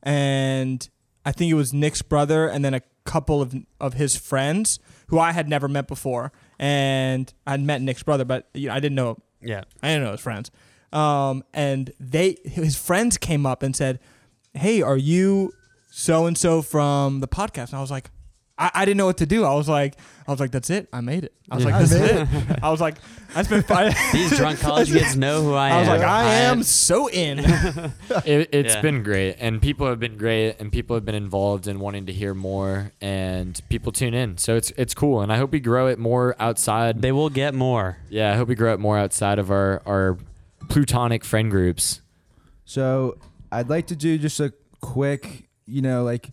S3: And I think it was Nick's brother and then a couple of, of his friends who I had never met before. And I'd met Nick's brother, but you know, I didn't know
S4: yeah.
S3: I didn't know his friends. Um, and they his friends came up and said, "Hey, are you so and so from the podcast?" And I was like, I, "I didn't know what to do." I was like, "I was like, that's it. I made it." I was like,
S1: I
S3: "This is
S1: made
S3: it." I was like, "I spent five.
S4: These drunk college kids know who I am.
S3: I was like, "I am so in."
S2: it, it's
S4: Yeah.
S2: been great and people have been great and people have been involved in wanting to hear more and people tune in so it's it's cool and i hope we grow it more outside
S4: They will get more.
S2: yeah i hope we grow it more outside of our our plutonic friend groups
S1: So I'd like to do just a quick, you know, like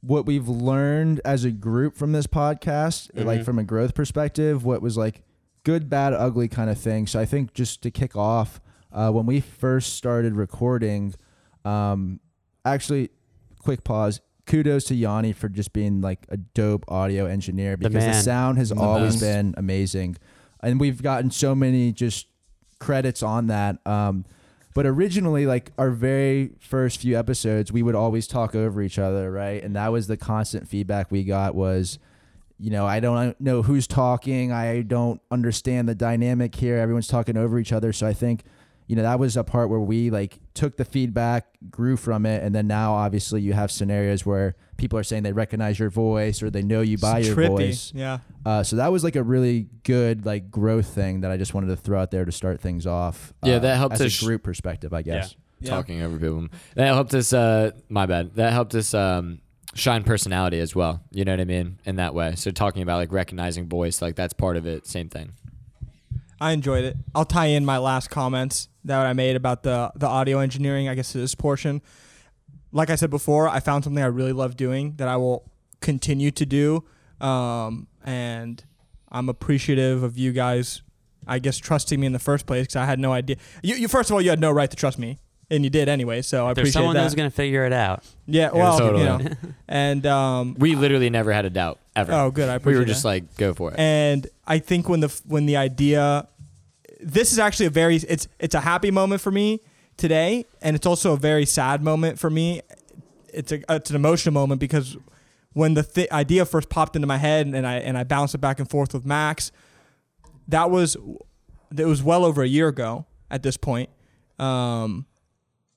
S1: what we've learned as a group from this podcast, like from a growth perspective, what was like good, bad, ugly kind of thing. So I think just to kick off, uh, when we first started recording, um, actually, quick pause. Kudos to Yanni for just being like a dope audio engineer because the,
S4: man.
S1: sound has
S5: The
S1: always
S5: best.
S1: been amazing, and we've gotten so many just credits on that. Um, but originally, like our very first few episodes, we would always talk over each other, right? And that was the constant feedback we got was, you know, I don't know who's talking. I don't understand the dynamic here. Everyone's talking over each other. So I think, you know, that was a part where we like took the feedback, grew from it, and then now obviously you have scenarios where people are saying they recognize your voice or they know you by your
S3: Trippy.
S1: voice.
S3: Yeah.
S1: Uh, so that was like a really good like growth thing that I just wanted to throw out there to start things off.
S2: Yeah,
S1: uh,
S2: that helped
S1: as
S2: us-
S1: a group perspective, I guess.
S3: Yeah.
S2: talking over people that helped us uh my bad that helped us um shine personality as well you know what i mean in that way so talking about like recognizing voice like that's part of it same thing
S3: I enjoyed it. I'll tie in my last comments that I made about the the audio engineering. I guess to this portion, like I said before, I found something I really love doing that I will continue to do, um, and I'm appreciative of you guys. I guess trusting me in the first place because I had no idea. You, you first of all, you had no right to trust me, and you did anyway. So I
S4: There's
S3: appreciate
S4: someone
S3: that.
S4: that's gonna figure it out.
S3: yeah, well,
S2: totally.
S3: you know, and um,
S2: we literally never had a doubt ever
S3: oh, good. I appreciate.
S2: we were
S3: that.
S2: just like go for it
S3: And I think when the when the idea, this is actually a very it's it's a happy moment for me today, and it's also a very sad moment for me. It's a it's an emotional moment because when the th- idea first popped into my head and I and I bounced it back and forth with Max, that was it was well over a year ago at this point. Um,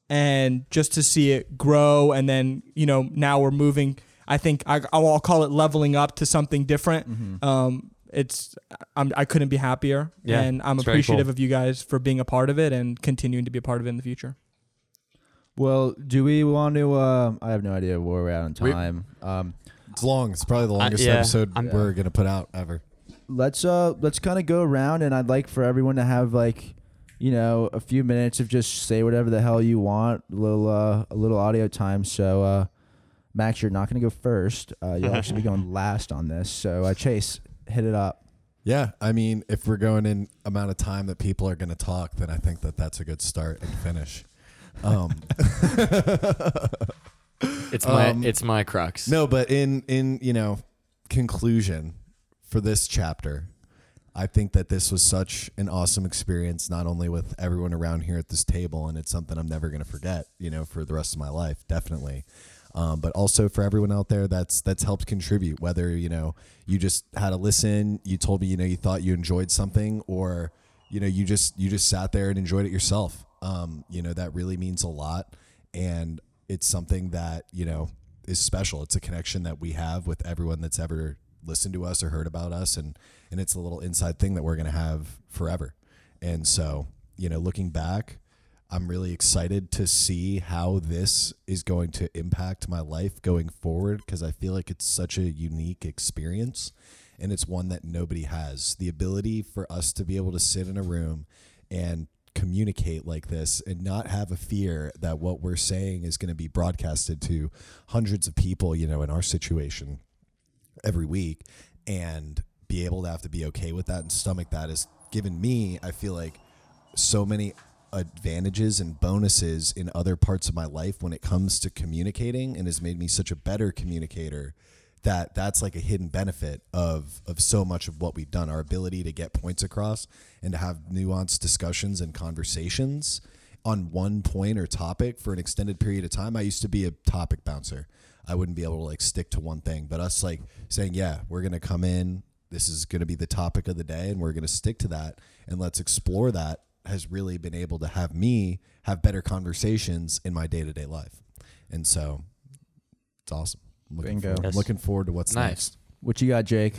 S3: and just to see it grow and then you know now we're moving i think I, i'll call it leveling up to something different
S1: Mm-hmm. Uh,
S3: um, it's I'm, i couldn't be happier
S4: Yeah,
S3: and i'm
S4: it's very
S3: appreciative
S4: cool.
S3: of you guys for being a part of it and continuing to be a part of it in the future
S1: Well, do we want to? Uh, I have no idea where we're at on
S2: We-
S1: time. Um,
S5: It's long. It's probably the longest
S4: Uh, yeah,
S5: episode
S4: I'm-
S5: we're gonna put out ever.
S1: let's uh, let's kind of go around, and I'd like for everyone to have like, you know, a few minutes of just say whatever the hell you want. A little uh, a little audio time. So, uh, Max, you're not gonna go first. Uh, you'll actually be going last on this. So, uh, Chase, hit it up.
S5: Yeah, I mean, if we're going in amount of time that people are gonna talk, then I think that that's a good start and finish. Um,
S2: It's my
S5: Um,
S2: it's my crux.
S5: No, but in in you know conclusion for this chapter, I think that this was such an awesome experience, not only with everyone around here at this table, and it's something I'm never gonna forget, you know, for the rest of my life, definitely. Um, but also for everyone out there that's that's helped contribute, whether you know you just had a listen, you told me you know you thought you enjoyed something, or you know you just you just sat there and enjoyed it yourself. Um, you know that really means a lot, and it's something that you know is special. It's a connection that we have with everyone that's ever listened to us or heard about us, and and it's a little inside thing that we're gonna have forever. And so, you know, looking back, I'm really excited to see how this is going to impact my life going forward because I feel like it's such a unique experience, and it's one that nobody has. The ability for us to be able to sit in a room and communicate like this and not have a fear that what we're saying is going to be broadcasted to hundreds of people, you know, in our situation every week and be able to have to be okay with that and stomach that has given me, I feel like, so many advantages and bonuses in other parts of my life when it comes to communicating and has made me such a better communicator that that's like a hidden benefit of of so much of what we've done our ability to get points across and to have nuanced discussions and conversations on one point or topic for an extended period of time i used to be a topic bouncer i wouldn't be able to like stick to one thing but us like saying yeah we're going to come in this is going to be the topic of the day and we're going to stick to that and let's explore that has really been able to have me have better conversations in my day-to-day life and so it's awesome I'm looking,
S1: Bingo.
S5: forward,
S4: Yes.
S5: looking forward to what's
S2: Nice.
S5: next
S1: What you got, Jake?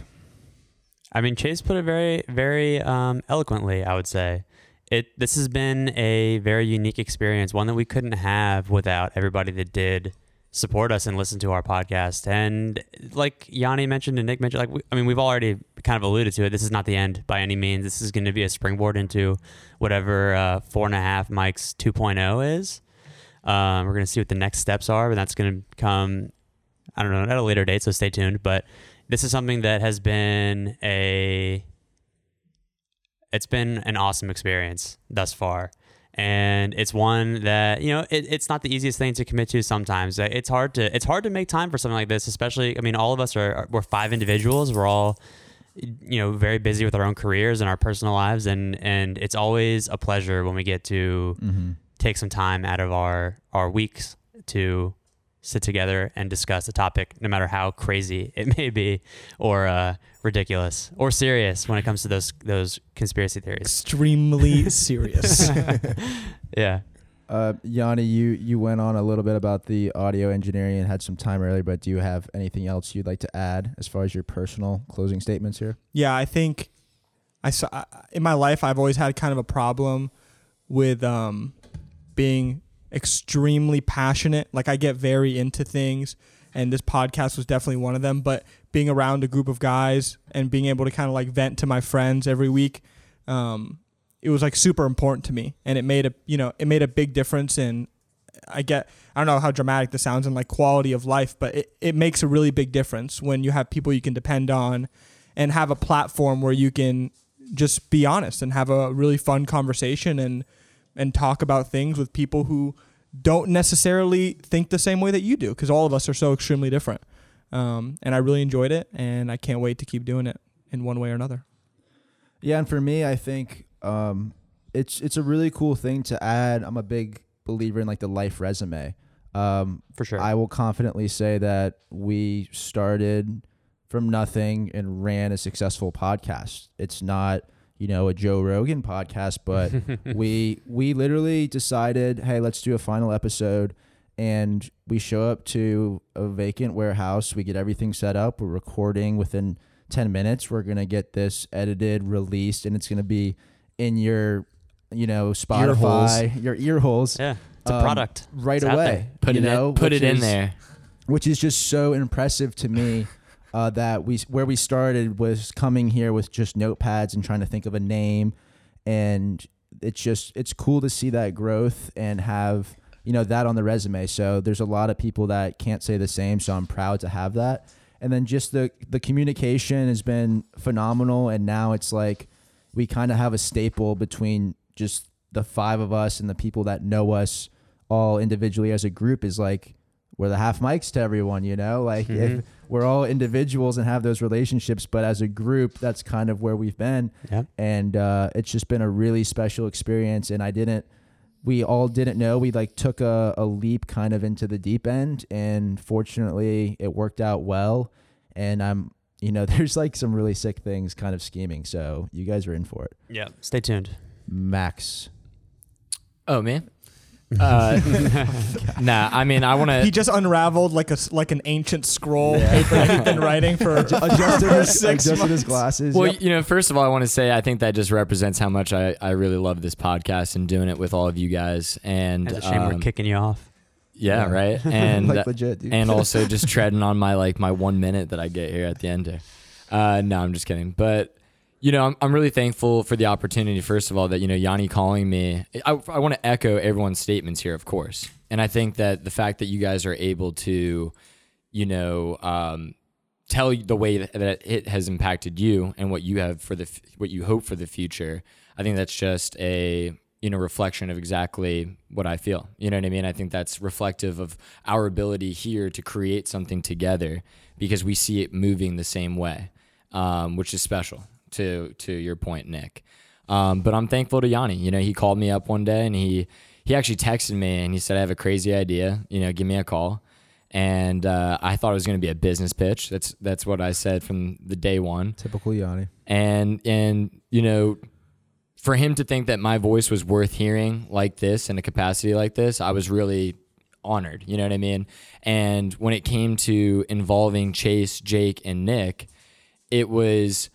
S4: I mean, Chase put it very, very um, eloquently. I would say it. This has been a very unique experience, one that we couldn't have without everybody that did support us and listen to our podcast. And like Yanni mentioned and Nick mentioned, like we, I mean, we've already kind of alluded to it. This is not the end by any means. This is going to be a springboard into whatever uh, four and a half mics 2.0 is. Um, we're going to see what the next steps are, and that's going to come. I don't know at a later date, so stay tuned. But this is something that has been a it's been an awesome experience thus far and it's one that you know it, it's not the easiest thing to commit to sometimes Uh, it's hard to it's hard to make time for something like this especially i mean all of us are are- we're five individuals we're all you know very busy with our own careers and our personal lives and and it's always a pleasure when we get to
S1: Mm-hmm.
S4: take some time out of our our weeks to sit together and discuss a topic no matter how crazy it may be or uh, ridiculous or serious when it comes to those those conspiracy theories
S3: Extremely serious.
S4: yeah
S1: Uh, Yanni, you you went on a little bit about the audio engineering and had some time earlier, but do you have anything else you'd like to add as far as your personal closing statements here?
S3: yeah, I think I saw I- in my life I've always had kind of a problem with um, being extremely passionate. Like I get very into things, and this podcast was definitely one of them. But being around a group of guys and being able to kind of like vent to my friends every week, um, it was like super important to me, and it made a you know it made a big difference in. I get I don't know how dramatic this sounds and like quality of life, but it, it makes a really big difference when you have people you can depend on and have a platform where you can just be honest and have a really fun conversation and and talk about things with people who don't necessarily think the same way that you do because all of us are so extremely different um, and i really enjoyed it and i can't wait to keep doing it in one way or another
S1: Yeah, and for me, I think um, it's it's a really cool thing to add. I'm a big believer in like the life resume. Um,
S4: for sure
S1: I will confidently say that we started from nothing and ran a successful podcast. It's not, you know, a Joe Rogan podcast, but we we literally decided, hey, let's do a final episode and we show up to a vacant warehouse, we get everything set up, we're recording within 10 minutes, we're going to get this edited, released and it's going to be in your you know,
S5: Ear holes.
S1: Spotify, your ear holes
S4: yeah the
S1: um,
S4: product.
S1: right
S4: It's out
S1: away.
S4: there.
S2: Put
S1: you
S2: it
S1: know,
S2: in, put
S1: which
S2: it in
S1: is-
S2: there.
S1: which is just so impressive to me. Uh, that we where we started was coming here with just notepads and trying to think of a name, and it's just it's cool to see that growth and have you know that on the resume. So there's a lot of people that can't say the same. So I'm proud to have that. And then just the the communication has been phenomenal, and now it's like we kind of have a staple between just the five of us and the people that know us all individually as a group is like we're the half mics to everyone, you know? Like if
S4: Mhm.
S1: we're all individuals and have those relationships, but as a group, that's kind of where we've been.
S4: Yeah.
S1: And uh, it's just been a really special experience. And I didn't, we all didn't know. We like took a, a leap kind of into the deep end. And fortunately, it worked out well. And I'm, you know, there's like some really sick things kind of scheming. So you guys are in for it.
S4: Yeah. Stay tuned.
S1: Max.
S2: Oh man. Uh, nah, I mean, I
S1: Uh,
S2: want
S3: He
S2: to.
S3: just unraveled like a s- like an ancient scroll that he'd been writing for.
S1: Adjusted, his,
S3: Six
S1: adjusted his
S3: months.
S1: glasses.
S2: Well,
S1: Yep.
S2: you know, first of all, I want to say I think that just represents how much I, I really love this podcast and doing it with all of you guys. And
S4: It's a shame we're
S2: um,
S4: kicking you off.
S2: Yeah,
S1: Yeah.
S2: right. And
S1: like legit, dude.
S2: and also just treading on my like my one minute that I get here at the end. There. Uh, no, I'm just kidding. But you know, I'm, I'm really thankful for the opportunity. First of all, that you know Yanni calling me. I, I want to echo everyone's statements here, of course. And I think that the fact that you guys are able to, you know, um, tell the way that- that it has impacted you and what you have for the f- what you hope for the future. I think that's just a you know reflection of exactly what I feel. You know what I mean? I think that's reflective of our ability here to create something together because we see it moving the same way, um, which is special. To to your point, Nick. Um, but I'm thankful to Yanni. You know, he called me up one day and he he actually texted me and he said, "I have a crazy idea. You know, give me a call." And uh, I thought it was going to be a business pitch. That's that's what I said from the day one.
S1: Typical Yanni.
S2: And and you know, for him to think that my voice was worth hearing like this in a capacity like this, I was really honored. You know what I mean? And when it came to involving Chase, Jake, and Nick, it was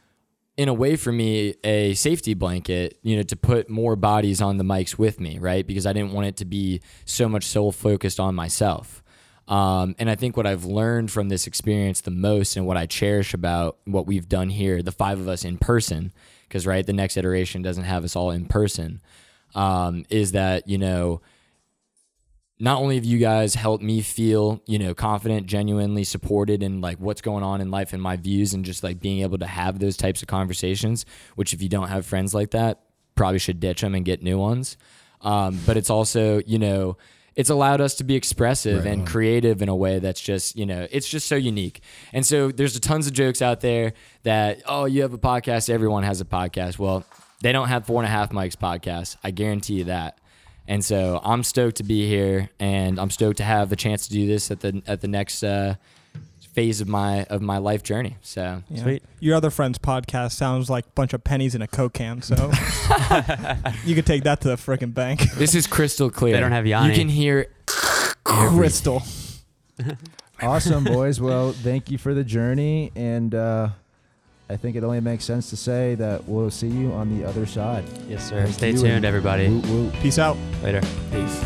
S2: in a way for me a safety blanket, you know, to put more bodies on the mics with me, right? Because I didn't want it to be so much soul focused on myself. Um, and I think what I've learned from this experience the most and what I cherish about what we've done here, the five of us in person, because, right, the next iteration doesn't have us all in person, um, is that, you know, not only have you guys helped me feel, you know, confident, genuinely supported in like what's going on in life and my views and just like being able to have those types of conversations, which if you don't have friends like that, probably should ditch them and get new ones. Um, but it's also, you know, it's allowed us to be expressive and creative in a way that's just, you know, it's just so unique. And so there's tons of jokes out there that, oh, you have a podcast, everyone has a podcast. Well, they don't have four and a half mics podcasts. I guarantee you that. And so I'm stoked to be here, and I'm stoked to have the chance to do this at the at the next uh, phase of my of my life journey. So
S3: Yeah.
S4: Sweet.
S3: Your other friend's podcast sounds like a bunch of pennies in a coke can, so you could take that to the freaking bank.
S2: this is crystal clear.
S4: They don't have Yanni.
S2: You can hear
S3: Crystal.
S1: awesome boys well thank you for the journey and uh, i think it only makes sense to say that we'll see you on the other side
S4: Yes, sir.
S1: Thank
S4: Stay
S1: you,
S4: tuned,
S1: and
S4: everybody.
S1: woot woot.
S3: Peace out.
S4: Later. Peace.